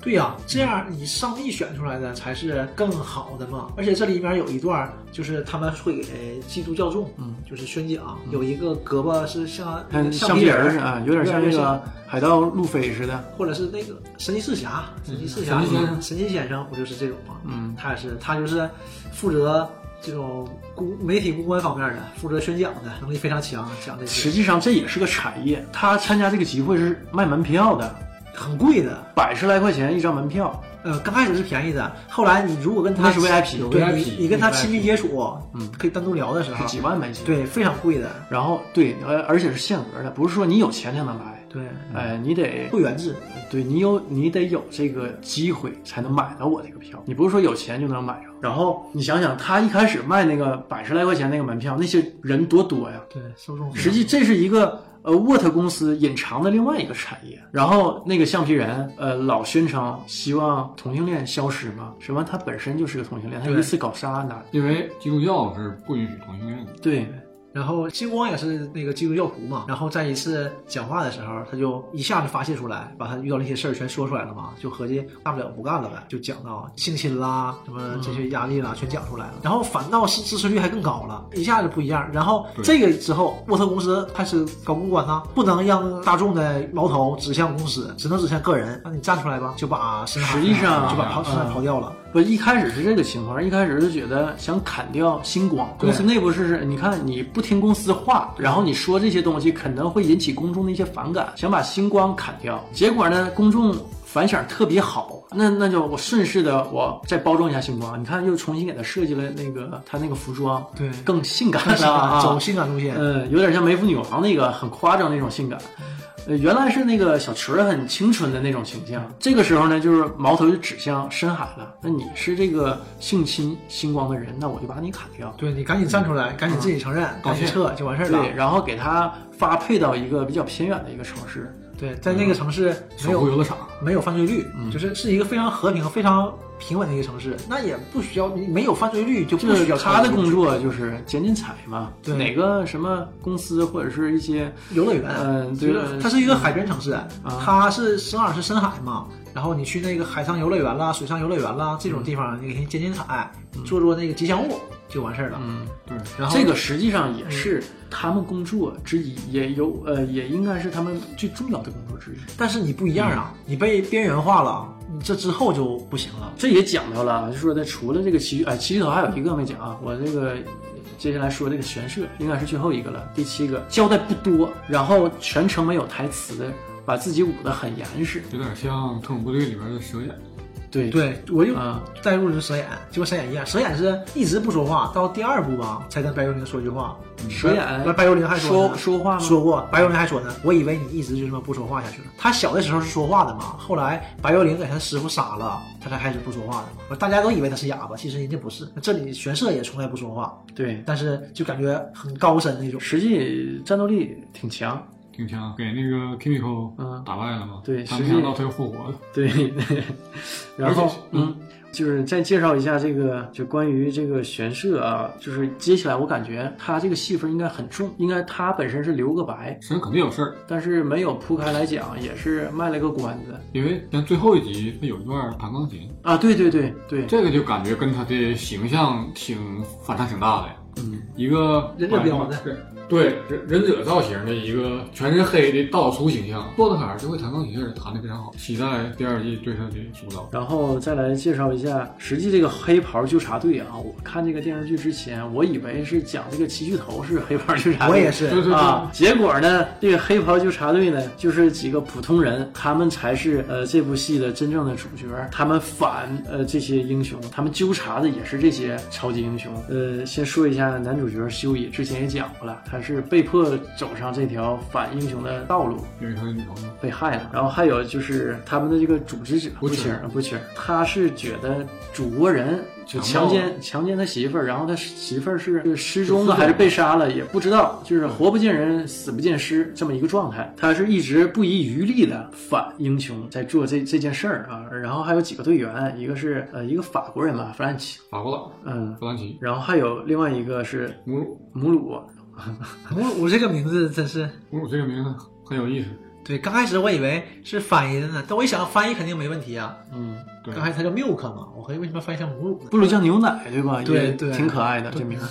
对呀、这样你上帝选出来的才是更好的嘛。而且这里面有一段，就是他们会给基督教众，嗯，就是宣讲，有一个胳膊是像看橡橡皮皮人儿似人的，啊，有点像那有点个像海盗路飞似的。或者是那个神奇四侠，神奇四侠，神奇先生神奇先生不就是这种吗？嗯，他也是，他就是负责这种公媒体公关方面的，负责宣讲的，能力非常强，讲这实些际上这也是个产业，他参加这个集会是卖门票的，很贵的。百十来块钱一张门票。呃，刚开始是便宜的，后来你如果跟那他是 VIP 对你 VIP 你跟他亲密接触，嗯可以单独聊的时是候，几万美金，，对，非常贵的，然后对，而而且是限额的，不是说你有钱才能来，对，哎，你得会员制，对你有你得有这个机会才能买到我这个票，你不是说有钱就能买上。然后你想想，他一开始卖那个百十来块钱那个门票，那些人多多呀。对，受众非常实际这是一个呃沃特公司隐藏的另外一个产业。然后那个橡皮人呃老宣称希望同性恋消失嘛，什么他本身就是个同性恋，他对一次搞仨男。因为基督教是不允许同性恋的。对，然后星光也是那个基督教徒嘛，然后在一次讲话的时候，他就一下子发泄出来，把他遇到那些事儿全说出来了嘛，就合计大不了不干了呗，就讲到性侵啦，什么这些压力啦，全讲出嗯来了，然后反倒是支持率还更高了，一下子不一样。然后对这个之后，沃特公司开始搞公关呐，不能让大众的矛头指向公司，只能指向个人。那你站出来吧，就把深海实际上就把跑深海刨掉了。 不，一开始是这个情况，一开始就觉得想砍掉星光对公司内部是是，你看你不听公司话，然后你说这些东西可能会引起公众的一些反感，想把星光砍掉。结果呢，公众反响特别好，那那就我顺势的我再包装一下星光，你看又重新给他设计了那个他那个服装，对更性感但是了啊，走性感路线，嗯，有点像梅芙女王那个很夸张那种性感。呃，原来是那个小池儿很清纯的那种形象，这个时候呢，就是矛头就指向深海了。那你是这个性侵星光的人，那我就把你砍掉。对你赶紧站出来，赶紧自己承认，赶紧歉撤就完事儿了。对，然后给他发配到一个比较偏远的一个城市。对，在嗯那个城市没守护有、游乐场，没有犯罪率，就是是一个非常和平、非常平稳的一个城市，那也不需要你没有犯罪率就不就需是要他的超工级作就是捡捡彩嘛，对哪个什么公司或者是一些游乐园，嗯就是对啊它是一个海边城市，它是正好是深海嘛。然后你去那个海上游乐园啦、水上游乐园啦这种地方，你给人捡捡彩，做做那个吉祥物就完事儿了。嗯，对，然后嗯这个实际上也是他们工作之一，也有呃，也应该是他们最重要的工作之一。但是你不一样啊，嗯你被边缘化了，你这之后就不行了。这也讲到了，啊就说的除了这个奇遇，哎，奇遇头还有一个没讲啊，我这个接下来说这个玄社应该是最后一个了，第七个交代不多，然后全程没有台词，把自己捂得很严实。有点像《特种部队》里边的蛇眼。对，对，我就啊、带入的是蛇眼，结果蛇眼一样，蛇眼是一直不说话，到第二部吧才跟白幽灵说一句话。蛇白眼白幽灵还说说呢说话吗？说过，白幽灵还说呢，我以为你一直就这么不说话下去了。他小的时候是说话的嘛，后来白幽灵给他师傅杀了，他才开始不说话的嘛。我大家都以为他是哑巴，其实人家不是。这里玄色也从来不说话，对，但是就感觉很高 深那种。实际战斗力挺强。挺强，给那个 Kimiko 嗯打败了嘛？对他没实际想到他又复活了。对， 然而后且嗯，就是再介绍一下这个，就关于这个玄社啊，就是接下来我感觉他这个戏份应该很重，应该他本身是留个白，神肯定有事儿，但是没有铺开来讲，也是卖了个关子因为像最后一集他有一段弹钢琴，啊。对对对对，这个就感觉跟他的形象挺反差挺大的呀。嗯，一个忍者标的对忍忍者造型的一个全身黑的大老粗形象，洛德海尔就会弹钢琴，而且弹得非常好。期待第二季对他的塑造。然后再来介绍一下，实际这个黑袍纠察队啊，我看这个电视剧之前，我以为是讲这个奇趣头是黑袍纠察我队，也是哎对，对对，啊，结果呢，这个黑袍纠察队呢，就是几个普通人，他们才是呃这部戏的真正的主角。他们反呃这些英雄，他们纠察的也是这些超级英雄。呃，先说一下男主角修也，之前也讲过了，他是被迫走上这条反英雄的道路，因为他的女朋友被害了。然后还有就是他们的这个组织者不不起起儿不起儿，他是觉得祖国人就强强暴奸强奸他媳妇儿，然后他媳妇儿是是失踪了还是被杀了也不知道，就是活不见人死不见尸这么一个状态。他是一直不遗余力的反英雄在做这这件事儿啊。然后还有几个队员，一个是呃一个法国人吧，弗兰奇，法国佬嗯，弗兰奇然后还有另外一个是母乳母乳，母乳这个名字真是，母乳这个名字很有意思，对，刚开始我以为是翻译的呢，但我一想翻译肯定没问题啊。嗯，对刚，开始它叫 milk 嘛，我合计为什么翻译成母乳呢？不如叫牛奶对吧？对也对挺可爱的这名儿。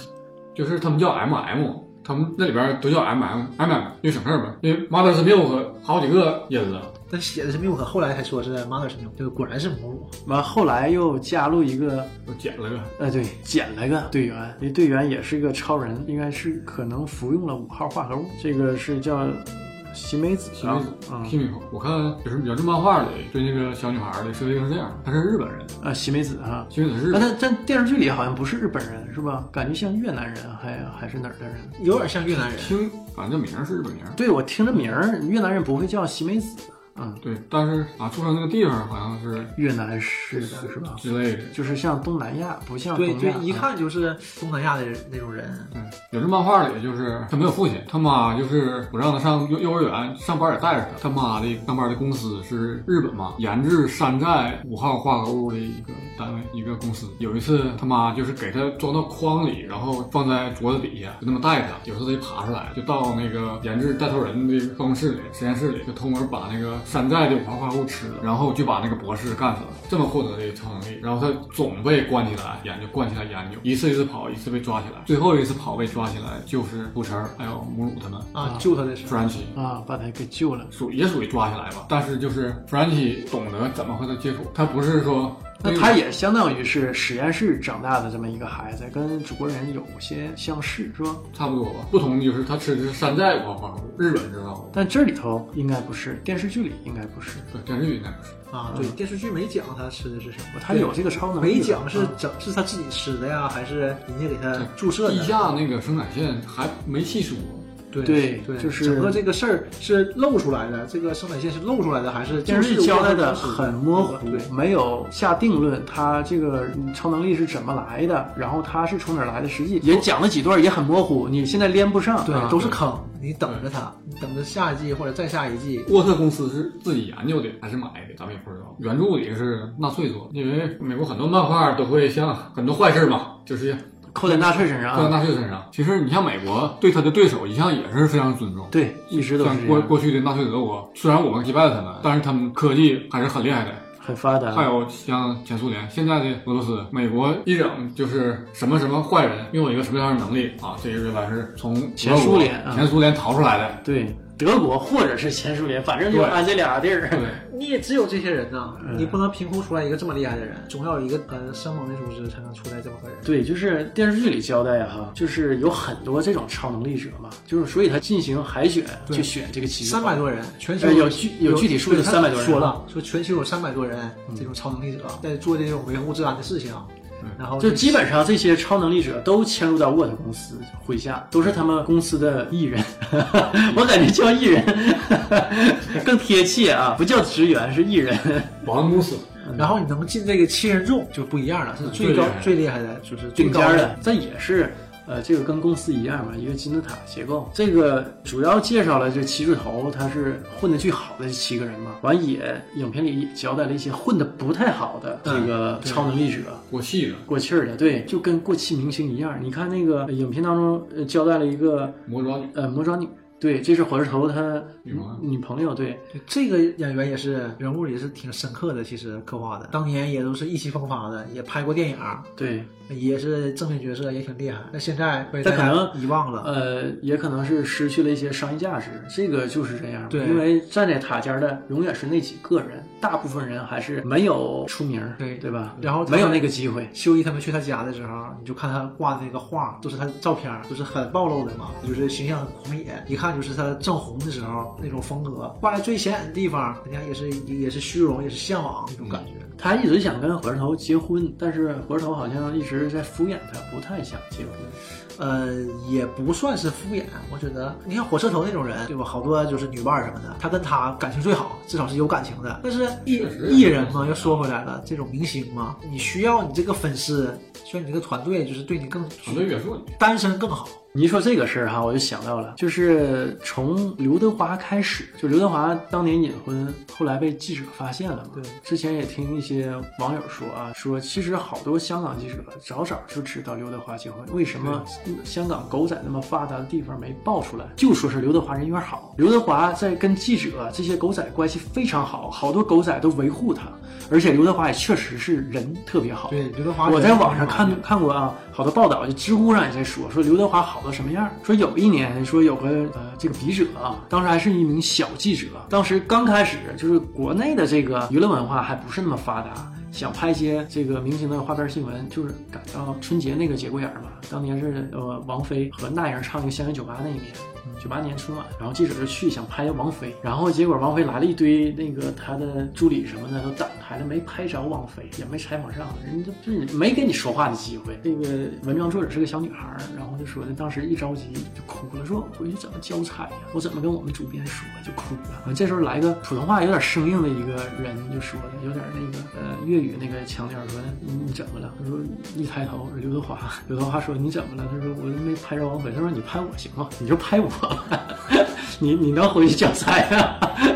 就是他们叫 M M，他们那里边都叫 M M M M，因为省事儿嘛，因为 mother's milk 好几个音了，但写的是 milk，后来才说是 mother 是 milk，就是果然是母乳。完后来又加入一个我捡了个，呃，对，捡了个队员，这队员也是个超人，应该是可能服用了五号化合物，这个是叫喜美子，西米啊嗯，西米口，我看就是原著漫画里对那个小女孩的设定是这样，她是日本人，啊，喜美子啊，西米子是日啊，本人，但但电视剧里好像不是日本人是吧？感觉像越南人，还还是哪儿的人？有点像越南人，听反正这名儿是日本名儿，对，我听着名儿，越南人不会叫喜美子，嗯，对，但是啊，出生那个地方好像是越南式的是吧？之类的。就是像东南亚，不像对，东就亚一啊看就是东南亚的人那种人。对，有这漫画里就是他没有父亲，他妈就是我让他上幼幼儿园上班也带着他，他妈的上班的公司是日本嘛，研制山寨五号化合物的一个单位一个公司。有一次他妈就是给他装到筐里，然后放在桌子底下，就那么带他。有时候他就爬出来，就到那个研制带头人的办公室里、实验室里，就偷摸把那个山寨的五号化合物吃了，然后就把那个博士干死了。这么获得的超能力，然后他总被关起来研究，关起来研究，一次一次跑，一次被抓起来，最后一次跑被抓起来就是布成还有母乳他们，啊，救他的时候，弗兰奇。啊，把他给救了。属也属于抓起来吧，但是就是弗兰奇懂得怎么和他接触，他不是说那他也相当于是实验室长大的这么一个孩子，跟祖国人有些相似，是吧？差不多吧。不同的就是他吃的是山寨五号化合物，日本知道吗？但这里头应该不是，电视剧里应该不是，对，电视剧应该不是。啊，对，电视剧没讲他吃的是什么，嗯他有这个超能力。嗯没讲是整是他自己吃的呀，还是人家给他注射地的？下那个生产线还没细说，对对对，就是整个这个事儿是露出来的，这个生产线是露出来的，还是电视就剧是交代的的很模糊对，，没有下定论，他这个超能力是怎么来的，然后他是从哪儿来的，实际也讲了几段，也很模糊，你现在连不上。对啊，都是坑，你等着它，你等着下一季或者再下一季。沃特公司是自己研究的还是买的，咱们也不知道。原著里是纳粹做的，因为美国很多漫画都会像很多坏事嘛，就是扣在纳粹身上放在啊。纳粹身上。其实你像美国对他的对手一向也是非常尊重。对，一直都是像这过样过去的纳粹德国，虽然我们击败了他们，但是他们科技还是很厉害的。很发达。还有像前苏联、现在的俄罗斯、美国一整就是什么什么坏人拥有一个什么样的能力啊？这个原来是从前苏联俄国啊前苏联逃出来的。对，德国或者是前苏联，反正就对安这俩地儿。对，你也只有这些人呐，你不能凭空出来一个这么厉害的人，嗯总要有一个呃生猛的组织才能出来这么个人。对，就是电视剧里交代哈，就是有很多这种超能力者嘛，就是所以他进行海选，对就选这个奇遇三百多人，全球呃有具有具体数字对他300多人说了，啊嗯说全球有三百多人这种超能力者在做这种维护治安的事情，啊然后就基本上这些超能力者都迁入到沃特公司麾下，都是他们公司的艺人。 我感觉叫艺人 更贴切啊，不叫职员是艺人。保安公司然后你能进这个七人众就不一样了，是最高最最厉害的，就是最顶高尖儿的，这也是呃，这个跟公司一样嘛，一个金字塔结构。这个主要介绍了这七字头，他是混的最好的七个人嘛。完也，影片里也交代了一些混的不太好的这个超能力者。过气了，过气儿的，对，就跟过气明星一样。你看那个影片当中、呃、交代了一个魔爪女呃魔爪女，对，这是火车头他女朋友女朋友，对，对这个演员也是人物也是挺深刻的，其实刻画的，当年也都是意气风发的，也拍过电影，对，也是正面角色，也挺厉害。那现在被但大家可能遗忘了，呃，也可能是失去了一些商业价值，这个就是这样。对因为站在塔尖儿的永远是那几个人，大部分人还是没有出名儿，对对吧？然后他没有那个机会。修一他们去他家的时候，你就看他挂的那个画，都是他照片，都是很暴露的嘛，就是形象很狂野，一看就是他正红的时候那种风格。挂在最显眼的地方，人家也是也是虚荣，也是向往那种感觉。他一直想跟火车头结婚，但是火车头好像一直在敷衍他，不太想结婚。呃，也不算是敷衍。我觉得，你看火车头那种人，对吧？好多就是女伴儿什么的，他跟他感情最好，至少是有感情的。但是艺确实艺人嘛，又说回来了，这种明星嘛，你需要你这个粉丝，需要你这个团队，就是对你更团队约束你，单身更好。你一说这个事儿哈，我就想到了，就是从刘德华开始，就刘德华当年隐婚，后来被记者发现了嘛。对，之前也听一些网友说啊，说其实好多香港记者早早就知道刘德华结婚，为什么嗯香港狗仔那么发达的地方没爆出来？就说是刘德华人缘好，刘德华在跟记者啊这些狗仔关系非常好，好多狗仔都维护他，而且刘德华也确实是人特别好。对，刘德华我在网上看看过啊，好多报道，就知乎上也在说，说刘德华好到什么样儿。说有一年，说有个呃这个笔者啊，当时还是一名小记者，当时刚开始就是国内的这个娱乐文化还不是那么发达。想拍一些这个明星的花边新闻，就是赶到春节那个节骨眼儿嘛。当年是呃王菲和那英唱一个《相约九八》那一年，九八年春晚，然后记者就去想拍王菲，然后结果王菲来了一堆那个她的助理什么的都挡开了，没拍着王菲，也没采访上，人家就是没给你说话的机会。那个文章作者是个小女孩儿，然后就说的当时一着急就哭了，说我回去怎么交差呀、我怎么跟我们主编说？就哭了。呃完这时候来个普通话有点生硬的一个人就说了，有点那个呃粤语那个腔调说你你怎么了？他说一抬头刘德华，刘德华说你怎么了？他说我没拍着王菲，他说你拍我行吗？你就拍我吧， 你你能回去交差呀、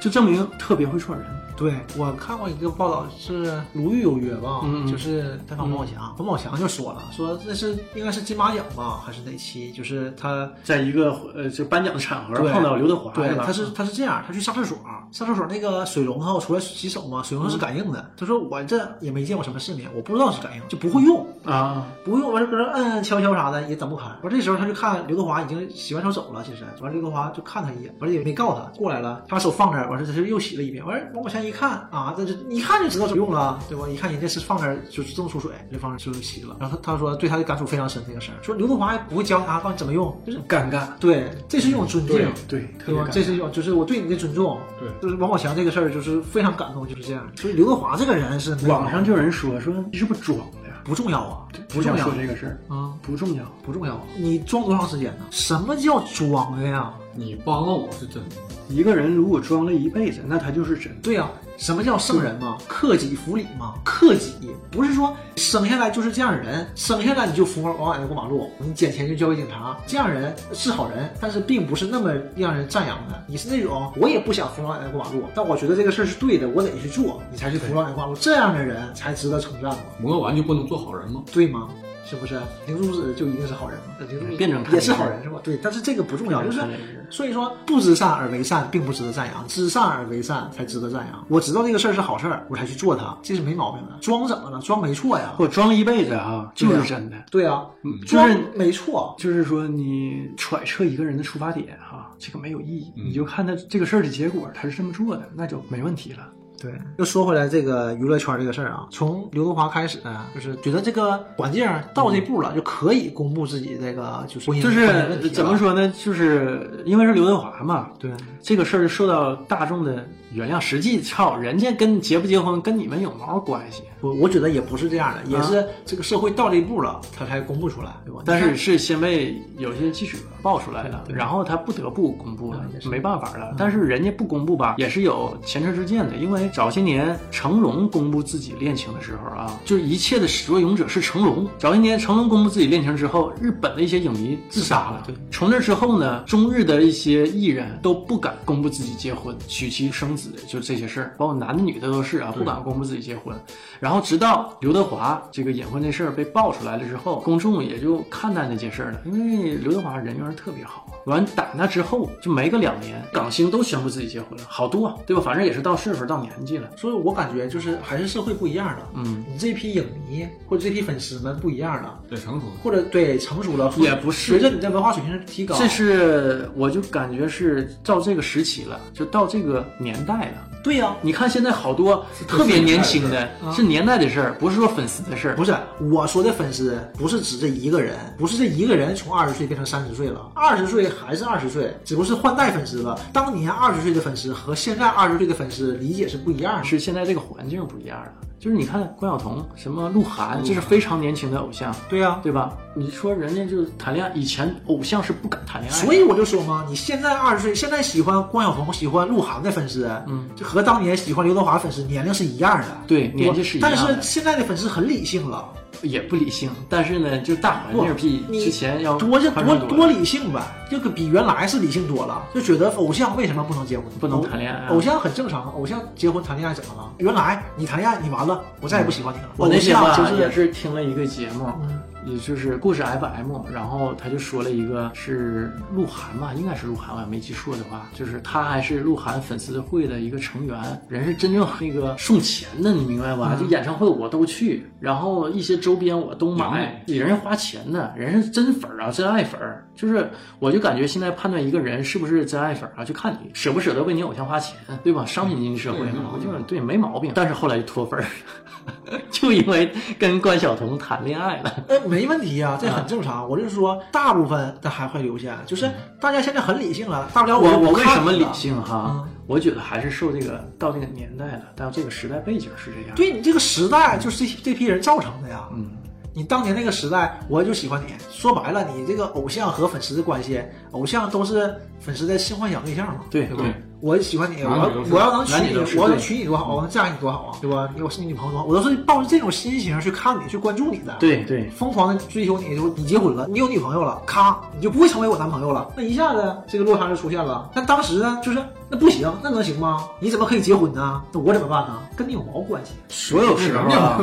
就证明特别会串人。对我看过一个报道是《鲁豫有约》吧，嗯嗯就是采访王宝强，王宝强就说了，说这是应该是金马奖吧，还是哪期？就是他在一个呃就颁奖的场合对碰到刘德华，对，吧他是嗯他是这样，他去上厕所，上厕所那个水龙头出来洗手嘛，水龙头是感应的。他说我这也没见过什么世面，我不知道是感应，就不会用，啊，不会用，完了搁那摁摁敲敲啥的也整不开。完这时候他就看刘德华已经洗完手走了，其实完刘德华就看他一眼，完了也没告他，过来了，他把手放这儿，完事他就又洗了一遍。完事王宝强一看啊，这就一看就知道不用了，对吧？一看人家是放这儿就是自动出水，这放这儿就洗了。然后他他说对他的感触非常深这个事儿，说刘德华也不会教他告诉你怎么用，就是尴尬，对，这是一种尊敬。对，特对别吧尴？尬。这是一种，就是我对你的尊重。对就是王宝强这个事儿，就是非常感动，就是这样。所以刘德华这个人是没有网上就有人说说你是不是装的呀？不重要啊，不不想重要说这个事儿，啊，不重要。不重要啊。你装多长时间呢？什么叫装的呀？你帮了我是真的，一个人如果装了一辈子，那他就是真。对呀、什么叫圣人嘛？克己复礼嘛？克己不是说生下来就是这样人，生下来你就扶老奶奶过马路，你捡钱就交给警察，这样人是好人，但是并不是那么让人赞扬的。你是那种我也不想扶老奶奶过马路，但我觉得这个事儿是对的，我得去做，你才去扶老奶奶过马路，这样的人才值得称赞嘛，磨完就不能做好人吗？对吗？是不是零柱子就一定是好人吗？呃零柱子辩证看也是好人是吧？对，但是这个不重要，就是辩证看也是所以说，不知善而为善，并不值得赞扬；知善而为善，才值得赞扬。我知道这个事儿是好事儿，我才去做它，这是没毛病的。装怎么了？装没错呀。我装一辈子啊，就是真的。对呀，嗯就是装没错。就是说，你揣测一个人的出发点哈、这个没有意义。嗯你就看他这个事儿的结果，他是这么做的，那就没问题了。对，又说回来这个娱乐圈这个事儿啊，从刘德华开始，啊就是觉得这个环境到这步了，就可以公布自己这个就是婚姻就是婚姻问题了怎么？说呢？就是因为是刘德华嘛，对，这个事儿受到大众的原谅。实际操，人家跟结不结婚跟你们有毛关系？我我觉得也不是这样的，啊也是这个社会到这一步了，他才公布出来，对吧？但你看是是先被有些记者爆出来了，然后他不得不公布了啊也，是嗯没办法了。但是人家不公布吧，也是有前车之鉴的，因为早些年成龙公布自己恋情的时候啊，就是一切的始作俑者是成龙。早些年成龙公布自己恋情之后，日本的一些影迷自杀了。对，从那之后呢，中日的一些艺人都不敢公布自己结婚、娶妻生子，就这些事儿，包括男的女的都是啊，不敢公布自己结婚。然后直到刘德华这个隐婚这事儿被爆出来了之后，公众也就看淡这件事儿了，因为刘德华人缘特别好。完打那之后就没个两年，港星都宣布自己结婚了，好多啊对吧？反正也是到岁数到年纪了，所以我感觉就是还是社会不一样了。嗯，你这批影迷或者这批粉丝们不一样了，得成熟。或者对成熟了，也不是随着你的文化水平的提高，这是我就感觉是到这个时期了，就到这个年代了。对啊呀、你看现在好多特别年轻的，嗯是年代的事儿，不是说粉丝的事儿。不是我说的粉丝，不是指这一个人，不是这一个人从二十岁变成三十岁了，二十岁还是二十岁，只不过是换代粉丝了。当年二十岁的粉丝和现在二十岁的粉丝理解是不一样的。是现在这个环境不一样了。就是你看关晓彤、什么鹿晗，嗯这是非常年轻的偶像，对啊呀、对吧？你说人家就谈恋爱，以前偶像是不敢谈恋爱的，所以我就说嘛，你现在二十岁，现在喜欢关晓彤、喜欢鹿晗的粉丝，嗯，就和当年喜欢刘德华粉丝年龄是一样的，对吧年纪是一样的但是现在的粉丝很理性了，也不理性，但是呢，就大环境比你之前要多就宽多松哦多多了理性呗，这个比原来是理性多了，就觉得偶像为什么不能结婚，不能谈恋爱啊偶像很正常，偶像结婚谈恋爱怎么了？原来你谈恋爱你完了，我再也不喜欢你了。嗯我那偶天像吧就也是是听了一个节目，嗯也就是故事 FM，然后他就说了一个是鹿晗吧，应该是鹿晗，我也没记错的话，就是他还是鹿晗粉丝会的一个成员，人是真正那个送钱的，你明白吧？就演唱会我都去，然后一些周边我都买，给人花钱的，人是真粉儿啊，真爱粉儿。就是我就感觉现在判断一个人是不是真爱粉儿啊，就看你舍不舍得为你偶像花钱，对吧？商品经济社会对没嘛毛，病就是对没毛病。但是后来就脱粉儿， 就因为跟关晓彤谈恋爱了。呃，没问题嗯啊，这很正常。我就是说，大部分的还会留下，就是大家现在很理性了，大不了我就不我为看什么你理了？啊性哈？我觉得还是受这个到这个年代了，到这个时代背景是这样。，对你这个时代就是这这批人造成的呀。嗯，你当年那个时代，我就喜欢你。说白了，你这个偶像和粉丝的关系，偶像都是粉丝的性幻想对象嘛。对对对，我喜欢你，我男女要都是我要能娶男女你都，是我要能对娶你多好，我能嫁你多好啊，对吧？你我是你女朋友多好，我都是抱着这种心情去看你，去关注你的。对对疯狂的追求你，就你结婚了，你有女朋友了，咔，你就不会成为我男朋友了。那一下子这个落差就出现了。但当时呢，就是那不行，那能行吗？你怎么可以结婚呢？那我怎么办呢？跟你有毛关系？啊所有时候啊，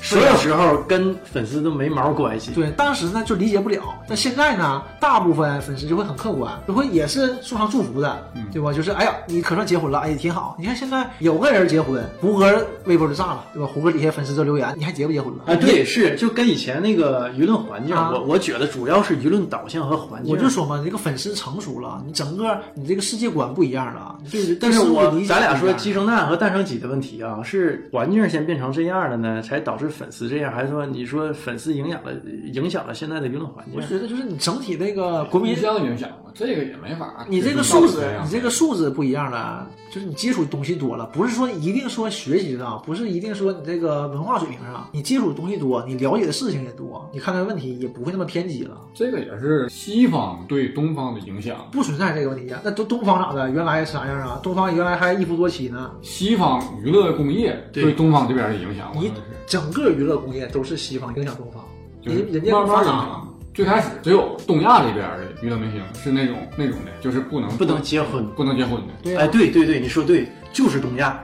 所有时候跟粉丝都没毛关系。 对，当时呢就理解不了，但现在呢，大部分粉丝就会很客观，就会也是送上祝福的，嗯对吧？就是哎呀，你可算结婚了，哎，挺好。你看现在有个人结婚，胡歌微博就炸了，对吧？胡歌底下粉丝都留言，你还结不结婚了？啊，对，是就跟以前那个舆论环境，啊我我觉得主要是舆论导向和环境。我就说嘛，你这个粉丝成熟了，你整个你这个世界观不一样了。对，但是生活我理解咱俩不一说样鸡生蛋和蛋生鸡的问题啊，是环境先变成这样了呢，才导致粉丝这样，还是说你说粉丝影响了影响了现在的舆论环境我？觉得就是你整体那个互国嗯民，相影响嘛，这个也没法。你这个素质这，样你这个素质不一样了，就是你接触东西多了，不是说一定说学习上，不是一定说你这个文化水平上，你接触东西多，你了解的事情也多，你看待问题也不会那么偏激了。这个也是西方对东方的影响。不存在这个问题啊，那东东方咋的？原来啥样啊？东方原来还一夫多妻呢。西方娱乐工业对对东方这边的影响，我你觉得是整个娱乐工业都是西方影响东方，就是人人家慢慢发影展响。最开始只有东亚这边的娱乐明星是那种那种的，就是不能不能结婚。不能结婚的，对呀、啊哎，对对对，你说对，就是东亚，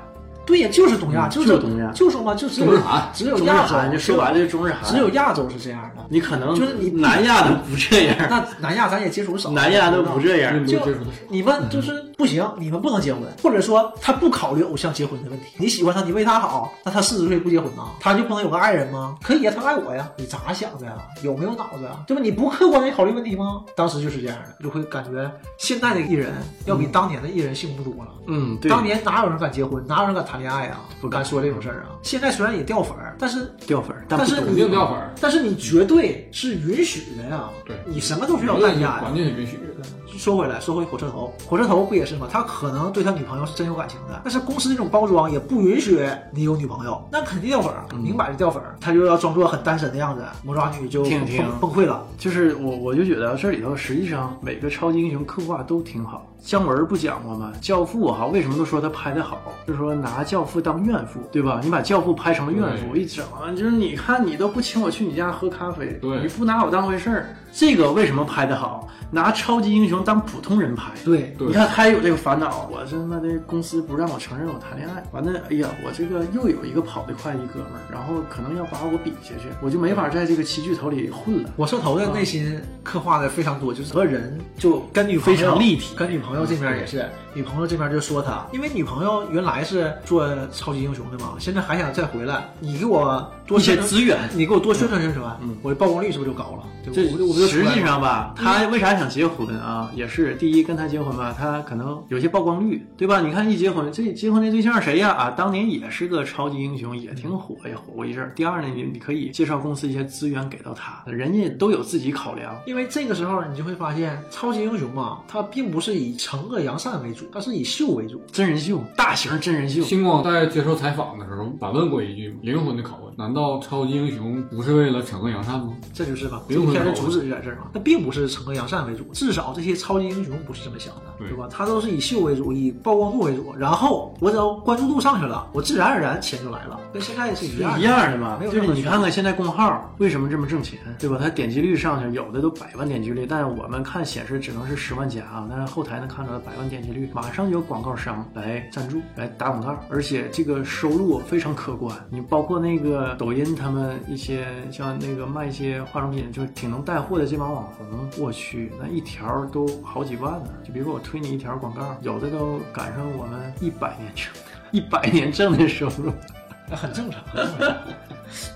对呀，就是东亚，嗯就是就是东亚就说嘛，就只中有日韩只有中日亚洲韩，就啊说白了就是中日韩，嗯只有亚洲是这样的。你可能就是你南亚的不这样，那南亚咱也接触少，南亚的不嗯这样印，度就接触的少。你们就是不行，你们不能结婚，或者说他不考虑偶像结婚的问题。你喜欢他，你为他好，那他四十岁不结婚呐，他就不能有个爱人吗？可以啊，他爱我呀，你咋想的呀？有没有脑子啊？对吧？你不客观的考虑问题吗？当时就是这样的，就会感觉现在的艺人要比当年的艺人幸福多了。嗯，对，当年哪有人敢结婚，哪有人敢谈恋爱啊？不敢嗯敢说这种事儿啊！现在虽然也掉粉儿，但是掉粉儿，但不是懂肯定掉粉儿，但是你绝对是允许的呀。对你什么都是要娱乐代这个价的环。境也允许。说回来，说回火车头，火车头不也是吗？他可能对他女朋友是真有感情的，但是公司这种包装也不允许你有女朋友，那肯定掉粉嗯儿，明摆着掉粉儿，他就要装作很单身的样子，魔爪女就听啊崩听崩溃了。就是我，我就觉得这里头实际上每个超级英雄刻画都挺好。姜文不讲过吗？《教父》哈，为什么都说他拍的好？就是说拿《教父》当怨妇，对吧？你把《教父》拍成了怨妇，对一整啊就是你看你都不请我去你家喝咖啡，对你不拿我当回事儿，这个为什么拍的好？拿超级英雄当普通人拍，对，对你看他也有这个烦恼，我他妈的公司不让我承认我谈恋爱，完了，哎呀，我这个又有一个跑得快一哥们儿，然后可能要把我比下去，我就没法在这个七巨头里混了。火车头的内心刻画的非常多，就是和人就跟女朋非友常立体跟女朋友这边也是，女朋友这边就说他，因为女朋友原来是做超级英雄的嘛，现在还想再回来，你给我多一些宣传资源。你给我多宣传宣传，嗯我的曝光率是不是就高了？这对吧，我就我就出实来了际上吧，他为啥想结婚啊？也是第一，跟他结婚吧，他可能有些曝光率，对吧？你看一结婚，这结婚这对象谁呀？啊，当年也是个超级英雄，也挺火，也火过一阵儿。第二呢，你你可以介绍公司一些资源给到他，人家都有自己考量。因为这个时候你就会发现，超级英雄嘛，他并不是以惩恶扬善为主，他是以秀为主。真人秀，大型真人秀，星光在接受采访的时候反问过一句灵魂的拷问：难道超级英雄不是为了惩恶扬善吗？这就是吧，这灵个魂片的拷问主旨就在这儿嘛。他并不是惩恶扬善为主，至少这些超级英雄不是这么想的，对对吧？他都是以秀为主，以曝光度为主，然后我只要关注度上去了，我自然而然钱就来了，跟现在是一样一的。样的嘛，没有就任是何你区别看看现在公号为什么这么挣钱，对吧？它点击率上去，有的都百万点击率，但是我们看显示只能是十万加啊，但是后台能看出来百万点击率，马上有广告商来赞助，来打广告，而且这个收入非常可观。你包括那个抖音他们一些像那个卖一些化妆品，就是挺能带货的这帮网红，我去，那一条都好几万呢、就比如说我推你一条广告，有的都赶上我们一百年挣， 一百年挣的收入。很正常，很正常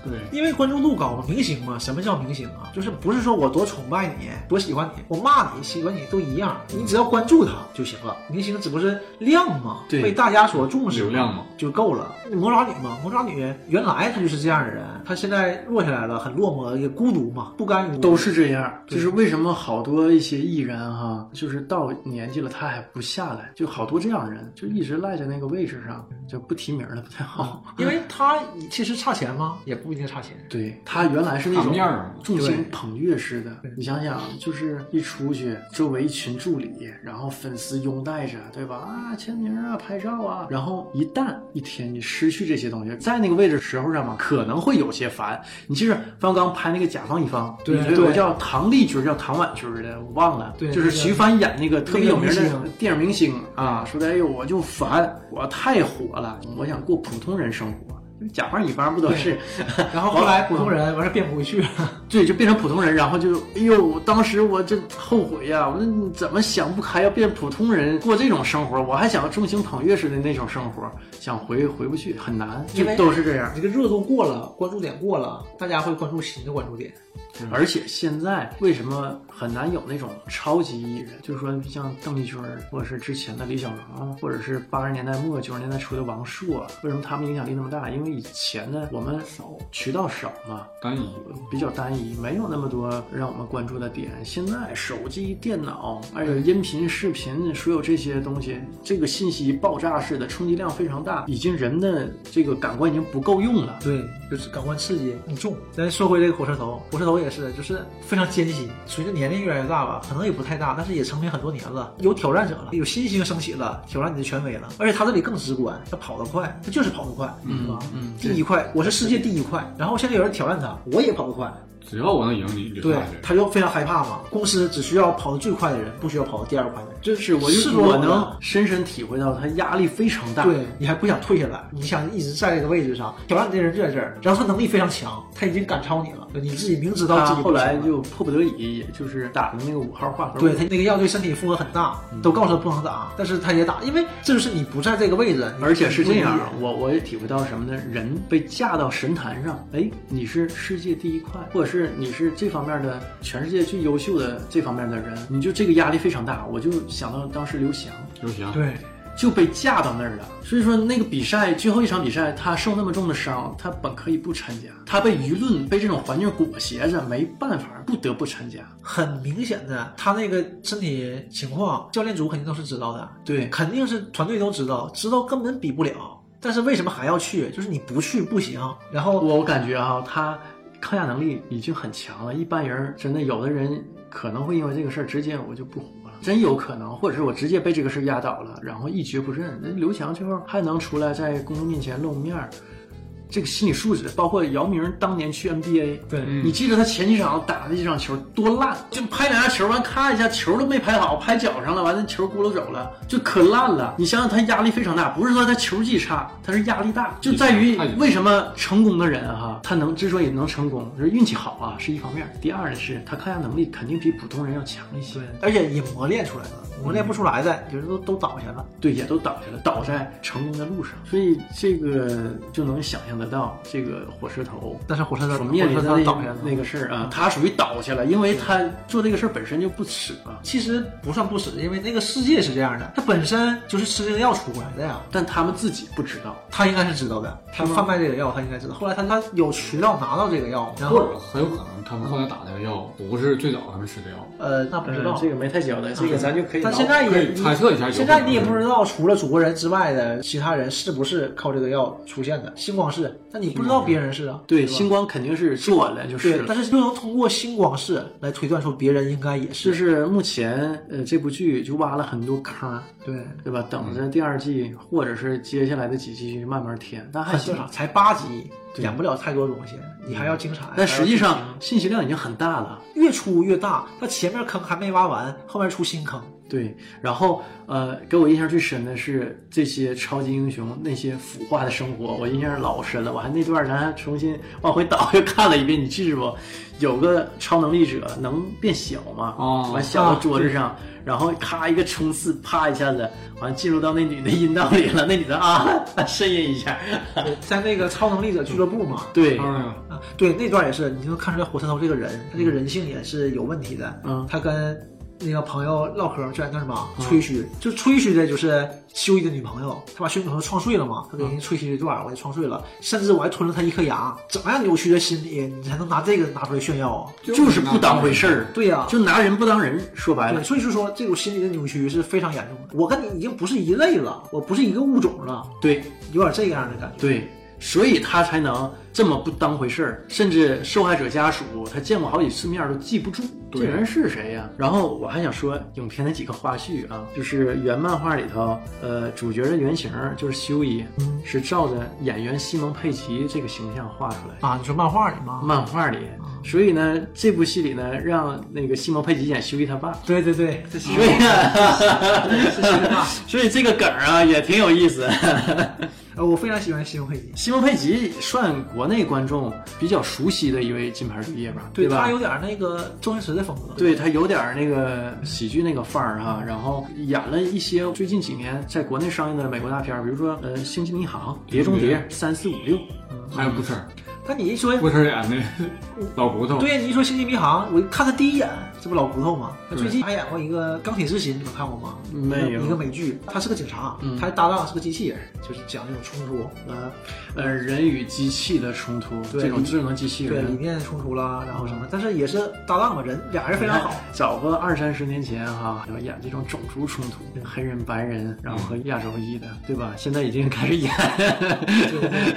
对，因为关注度高嘛，明星嘛，什么叫明星啊？就是不是说我多崇拜你，多喜欢你，我骂你、喜欢你都一样，你只要关注他就行了。明星只不过是量嘛，对被大家所重视，流量嘛。就够了。魔爪女嘛，魔爪女原来她就是这样的人，她现在落下来了，很落寞，也孤独嘛，不甘于都是这样，对就是为什么好多一些艺人哈、就是到年纪了他还不下来，就好多这样人，就一直赖在那个位置上，就不提名了，不太好。因为她其实差钱吗？也不一定差钱。对他原来是那场种面儿啊众星对捧月似的，你想想，就是一出去，周围一群助理，然后粉丝拥戴着，对吧？啊，签名啊，拍照啊。然后一旦一天你失去这些东西，在那个位置时候上嘛，可能会有些烦。你记着方刚拍那个甲方乙方，对里头有对个叫唐丽君儿，叫唐婉君儿的，我忘了，对就是那个徐帆演那个特别有名的那个明星电影明星啊，说的哎呦，我就烦，我太火了，我想过普通人生活。甲方乙方不都是？然后后来普通人完事儿变不回去了，对，就变成普通人，然后就哎呦，我当时我这后悔呀、我说你怎么想不开要变普通人过这种生活？我还想众星捧月似的那种生活，想回回不去很难，就因为都是这样。这个热度过了，关注点过了，大家会关注新的关注点。而且现在为什么很难有那种超级艺人？就是说像邓丽君儿，或者是之前的李小龙啊，或者是八十年代末九十年代初的王朔啊，为什么他们影响力那么大？因为以前呢，我们少渠道少嘛，单一比较单一，没有那么多让我们关注的点。现在手机、电脑，还有音频、视频，所有这些东西，这个信息爆炸式的冲击量非常大，已经人的这个感官已经不够用了。对，就是感官刺激很重。咱说回这个火车头，火车头也是，就是非常艰辛。随着年龄越来越大吧，可能也不太大，但是也成名很多年了，有挑战者了，有新星升起了，挑战你的权威了。而且他这里更直观，他跑得快，他就是跑得快，嗯、吧？嗯第一快，我是世界第一快。然后现在有人挑战他，我也跑得快，只要我能赢你，你就对下去。他就非常害怕嘛。公司只需要跑得最快的人，不需要跑得第二快的人。就是我赤就裸裸我的能深深体会到，他压力非常大。对你还不想退下来，你想一直在这个位置上，挑战你的人就在这儿，然后他能力非常强，他已经赶超你了，你自己明知道他自己后不行来了就迫不得已，也就是打的那个五号话头。对他那个药对身体负荷很大，嗯都告诉他不能打，但是他也打，因为这就是你不在这个位置，你而且是这样你不理啊，我我也体会到什么呢？人被架到神坛上，哎，你是世界第一快，或者是你是这方面的全世界最优秀的这方面的人，你就这个压力非常大。我就想到当时刘翔刘翔解，对，就被架到那儿了，所以说那个比赛最后一场比赛，他受那么重的伤，他本可以不参加，他被舆论被这种环境裹挟着，没办法，不得不参加。很明显的，他那个身体情况，教练组肯定都是知道的，对，肯定是团队都知道，知道根本比不了，但是为什么还要去？就是你不去不行，然后我感觉啊，他抗压能力已经很强了。一般人真的，有的人可能会因为这个事儿直接我就不活了，真有可能，或者是我直接被这个事儿压倒了，然后一蹶不振。那刘翔最后还能出来在公众面前露面儿，这个心理素质，包括姚明当年去 NBA，对嗯你记得他前几场打的这场球多烂，就拍两下球，完咔一下球都没拍好，拍脚上了，完那球咕噜走了，就可烂了。你想想他压力非常大，不是说他球技差，他是压力大，就在于太为什么成功的人哈、他能之所以能成功，就是运气好啊是一方面，第二呢是他抗压能力肯定比普通人要强一些，而且也磨练出来了，磨练不出来的，有人都都倒下了。对，也都倒下了，倒在成功的路上，所以这个就能想象得到这个火车头但是火车所头面临火的车头那倒下了那个事儿啊，他属于倒下了，因为他做这个事儿本身就不耻啊。其实不算不耻，因为那个世界是这样的，他本身就是吃这个药出来的呀，但他们自己不知道，他应该是知道的，他贩卖这个药，他应该知道。后来他他有渠道拿到这个药，然或后者很有可能他们后来打这个药不是最早他们吃的药，呃，那不知道呃。这个没太交代，这个咱就可以但脑现在可也以猜测一下有可能现在你也不知道，除了祖国人之外的其他人是不是靠这个药出现的？星光是，那你不知道别人是啊？对吧星光肯定是做了就是对，了但。是就能通过星光是来推断出别人应该也。就是是目前，呃，这部剧就挖了很多坑儿，对，对吧？等着第二季或者是接下来的几季慢慢填，那还很行。正常，才八集，演不了太多东西，你还要精彩。但实际还要上剧情信息量已经很大了，越出越大，它前面坑还没挖完，后面出新坑。对。然后，呃，给我印象最深的是这些超级英雄那些腐化的生活，我印象老深了。我还那段儿咱还重新往回倒又看了一遍，你记住不？有个超能力者能变小嘛？哦完小到桌子上，然后咔一个冲刺，啪一下子，完进入到那女的阴道里了，那女的啊，呻吟一下，在那个超能力者俱乐部嘛，对。当然了，啊，对，那段也是，你就能看出来火车头这个人，他这个人性也是有问题的。嗯他跟那个朋友唠嗑，就在那儿嘛，吹嘘，就吹嘘的就是修一的女朋友，他把修女朋友撞碎了嘛，他给人家吹嘘这段儿，我也撞碎了，甚至我还吞了他一颗牙，怎么样扭曲的心理，你才能拿这个拿出来炫耀啊？就是不当回事儿，对呀、就拿人不当人。说白了对，，所以就说这种心理的扭曲是非常严重的。我跟你已经不是一类了，我不是一个物种了，对有点这样的感觉。对，所以他才能这么不当回事儿，甚至受害者家属他见过好几次面都记不住这对人是谁呀、然后我还想说影片的几个花絮啊，就是原漫画里头，呃，主角的原型就是修一，是照着演员西蒙佩吉这个形象画出来的。啊，你说漫画里吗？漫画里，所以呢，这部戏里呢，让那个西蒙佩吉演修一他爸，对对对，这是所以啊， 所以这个梗儿啊也挺有意思。呃，我非常喜欢西蒙佩吉，西蒙佩吉算国内观众比较熟悉的一位金牌绿叶吧，对吧他？有点那个周星驰的风格。对他有点儿那个喜剧那个范儿哈、然后演了一些最近几年在国内上映的美国大片儿，比如说呃《星际迷航》《碟中谍》三四五六，还有不吃，但你一说，嗯不吃演的老骨头，对呀，你一说《星际迷航》，我看他第一眼，这不老骨头吗？他对最近还演过一个《钢铁之心》，你们看过吗？没有嗯一个美剧，他是个警察，他的搭档是个机器人，就是讲这种冲突，呃，呃，人与机器的冲突，对这种智能机器对理人。念冲突啦，然后什么，嗯但是也是搭档嘛，人俩人非常好。哎 早个二三十年前哈、有演这种种族冲突，嗯黑人、白人，然后和亚洲裔的，对吧？现在已经开始演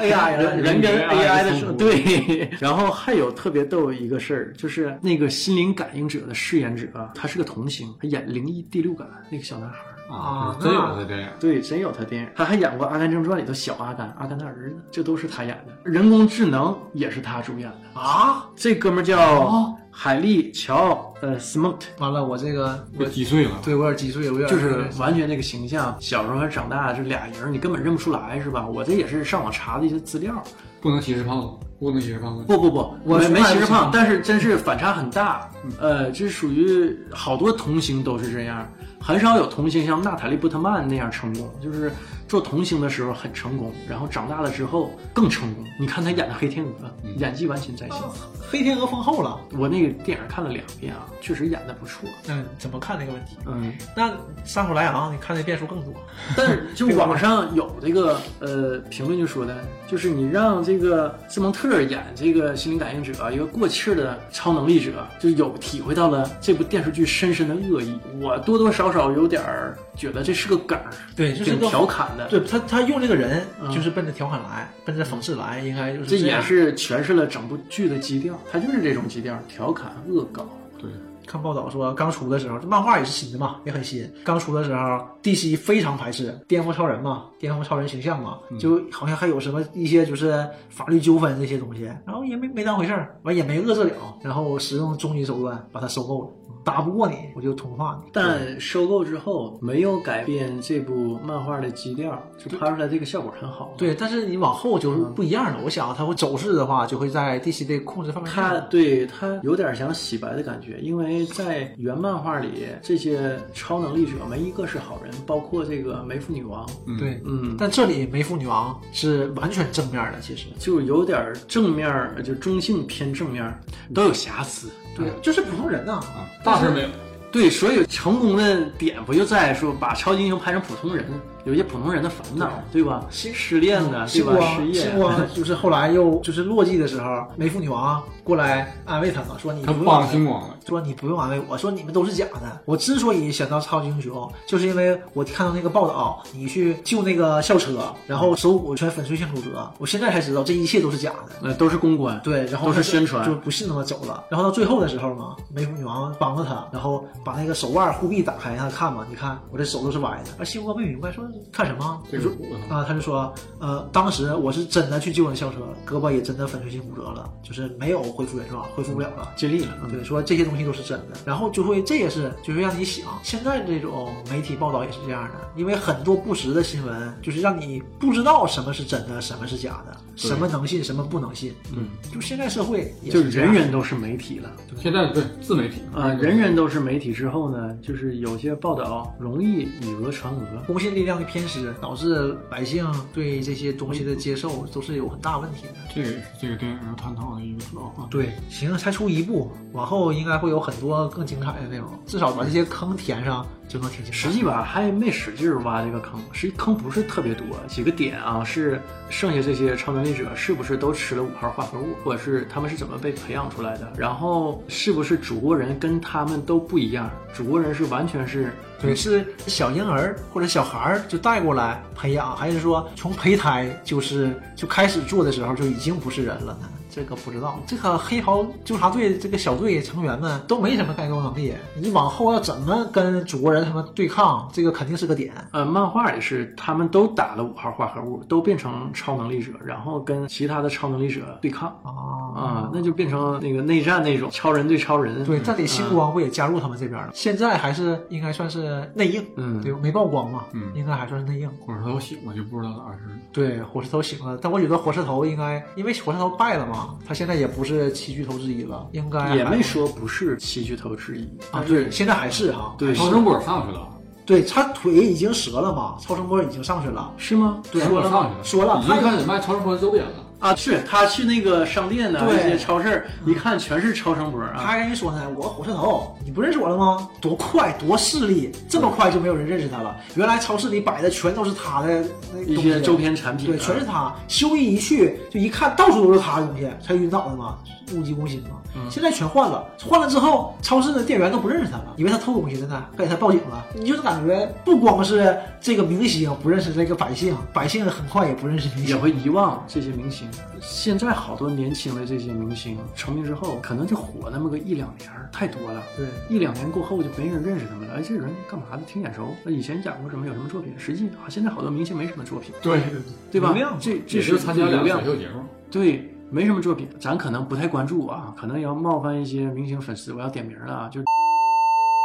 AI 了，人跟 AI 的冲突对，然后还有特别逗一个事儿，就是那个心灵感应者的饰演者啊，他是个童星，他演《灵异第六感》那个小男孩儿。啊啊，真有那的电影。对，真有他电影，他还演过《阿甘正传》里头小阿甘，阿甘的儿子，这都是他演的。人工智能也是他主演的，啊！哦这哥们儿叫海利乔呃 Smot，完了，我这个被击碎了，对我有点脊椎，我有点就是完全那个形象，小时候和长大是俩人儿，你根本认不出来，是吧？我这也是上网查的一些资料，不能歧视胖子，不能歧视胖子。不不不，我没从没来不歧视喜欢胖，但是真是反差很大。呃，这属于好多童星都是这样，很少有童星像娜塔莉波特曼那样成功，就是做童星的时候很成功，然后长大了之后更成功。你看她演的黑天鹅，演技完全在线。黑天鹅封后了。我那个电影看了两遍啊，确实演的不错。嗯，怎么看这个问题？嗯，那山姆莱昂，你看的变数更多。 但是就网上有这个呃评论就说的，就是你让这个斯蒙特尔演这个心灵感应者，一个过气儿的超能力者，就有体会到了这部电视剧深深的恶意。我多多少少有点儿觉得这是个梗儿，对，就是挺个调侃的。对他，他用这个人嗯就是奔着调侃来，奔着讽刺来，应该就是这也样是诠释了整部剧的基调，它就是这种基调，调侃、恶搞。对，看报道说，刚出的时候，这漫画也是新的嘛，也很新。刚出的时候，DC 非常排斥颠覆超人嗯嘛，颠覆超人形象嘛，就好像还有什么一些就是法律纠纷这些东西。然后后也没没当回事儿，完也没遏制了，然后使用终极手段把它收购了，打不过你我就同化你。但收购之后没有改变这部漫画的基调，就拍出来这个效果很好。对，但是你往后就是嗯不一样了。我想它会走势的话，就会在 DC 的控制范围内。他对他有点想洗白的感觉，因为在原漫画里，这些超能力者没一个是好人，包括这个梅芙女王，嗯对，嗯，但这里梅芙女王是完全正面的，其实就有点正面儿，就中性偏正面儿，都有瑕疵。对，就是普通人呐、啊，大事没有，对，所以成功的点不就在说把超级英雄拍成普通人，有一些普通人的烦恼，对吧？失恋呢，西对吧瓜？，失西业，啊瓜就是后来又就是落寂的时候，梅芙女王过来安慰他嘛，说你他不用帮安星慰，光了。说你不用安慰我，说你们都是假的。我之所以想当超级英雄，就是因为我看到那个报道，你去救那个校车，然后手骨全粉碎性骨折。我现在才知道这一切都是假的。那都是公关。对，然都后是他就宣传就不信他妈走了。然后到最后的时候嘛，梅芙女王帮了他，然后把那个手腕护臂打开，让他看嘛，你看我这手都是歪的。而西瓜没明白，说看什么？这个我操，啊，他就说，呃，当时我是真的去救了校车，胳膊也真的粉碎性骨折了，就是没有恢复原状，恢复不了了。尽力了，嗯对，说这些东西都是真的，然后就会这也是就会让你想，现在这种媒体报道也是这样的，因为很多不实的新闻，就是让你不知道什么是真的，什么是假的，什么能信，什么不能信。嗯，就现在社会也就是这样人人都是媒体了现在对自媒体啊、人人都是媒体之后呢，就是有些报道容易以讹传讹。公信力量的偏失，导致百姓对这些东西的接受都是有很大问题的。这个也是这个电影探讨的一个主要话题。对，行，才出一部，往后应该会有很多更精彩的内容，至少把这些坑填上就能挺精彩。实际吧，还没使劲儿挖这个坑，实际坑不是特别多，几个点啊是剩下这些超能力者是不是都吃了五号化合物，或者是他们是怎么被培养出来的，然后是不是主国人跟他们都不一样，主国人是完全是对，是小婴儿或者小孩儿就带过来培养，还是说从胚胎就是就开始做的时候就已经不是人了呢？这个不知道。这个黑袍纠察队这个小队成员们都没什么战斗能力，你往后要怎么跟祖国人他们对抗，这个肯定是个点。呃，漫画里是他们都打了五号化合物，都变成超能力者，然后跟其他的超能力者对抗啊、啊那就变成那个内战那种超人对超人。对，这里新国王不也加入他们这边了？现在还是应该算是内应，嗯对，没曝光嘛，嗯应该还算是内应。或者他有醒了就不知道咋回事了。对，火石头醒了，但我觉得火石头应该，因为火石头败了嘛，他现在也不是七巨头之一了，应该也还没说不是七巨头之一啊，对，现在还是哈，对，超是声波上去了，啊对他腿已经折了嘛，超声波已经上去了，是吗？对，超声波上去了，说了，已他经开始卖超声波周边了。啊，去他去那个商店呢，对那些超市一看全是超声波他啊。还跟人说呢，我火车头，你不认识我了吗？多快，多势利，这么快就没有人认识他了。原来超市里摆的全都是他的那一东西些周边产品啊，对，全是他。修一一去，就一看到处都是他的东西，才晕倒的嘛，物极攻心嘛。现在全换了，换了之后，超市的店员都不认识他了，以为他偷东西的呢，还给他报警了。你就是感觉不光是这个明星不认识这个百姓，百姓很快也不认识明也星。会遗忘这些明星。现在好多年轻的这些明星成名之后，可能就火那么个一两年儿，太多了。对，一两年过后就没人认识他们了。哎，这人干嘛的？挺眼熟。那以前演过什么？有什么作品？实际啊，现在好多明星没什么作品，对对对，对吧流量？这这也就是参加流两个量选，秀节目。对，没什么作品，咱可能不太关注啊，可能也要冒犯一些明星粉丝。我要点名了啊，就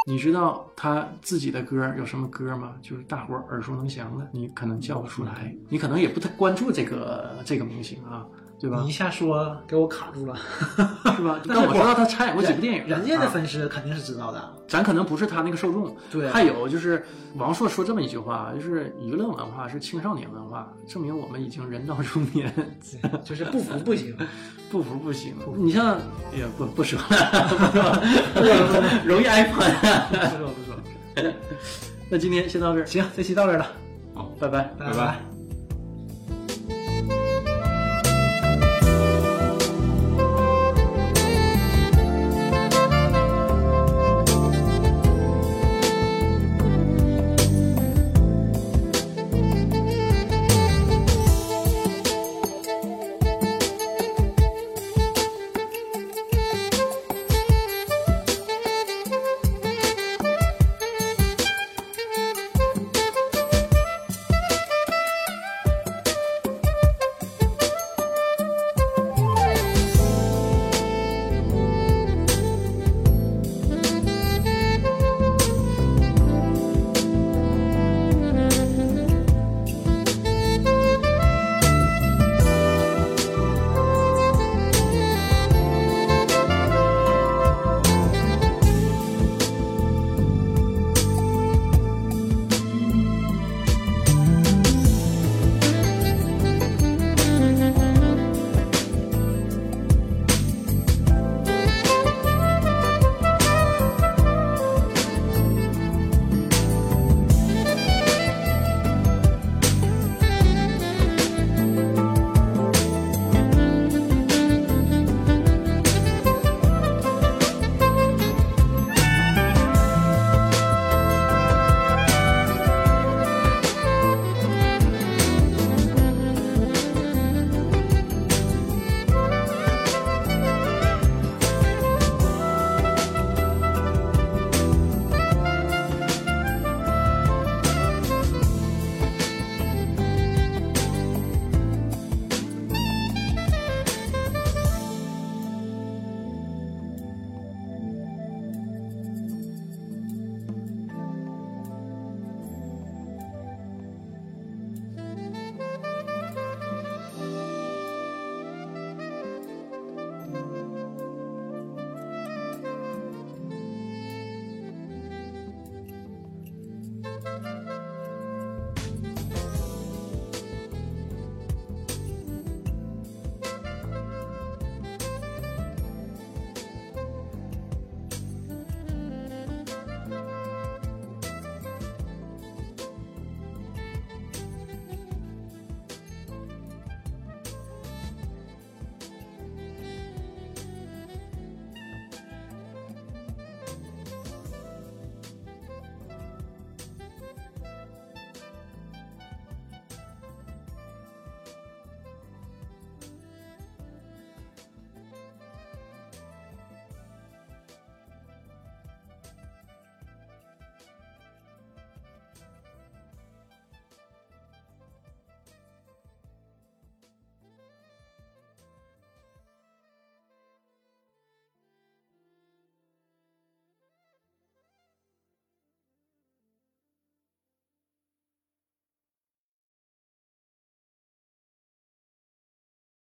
你知道他自己的歌有什么歌吗？就是大伙儿耳熟能详的，你可能叫不出来，你可能也不太关注这个这个明星啊，对吧你一？下说给我卡住了，是 吧？但但是我知道他参演过几部电 影，嗯人家的啊粉丝肯定是知道的。咱可能不是他那个受众。对啊还有就是王朔说这么一句话，就是娱乐文化是青少年文化，证明我们已经人到中年，就是不服 不行，不服不行。你像，哎呀，不不说了，不说了， 容易挨不喷。 说不说。 那今天先到这儿，行，这期到这儿了，好，拜拜。拜拜拜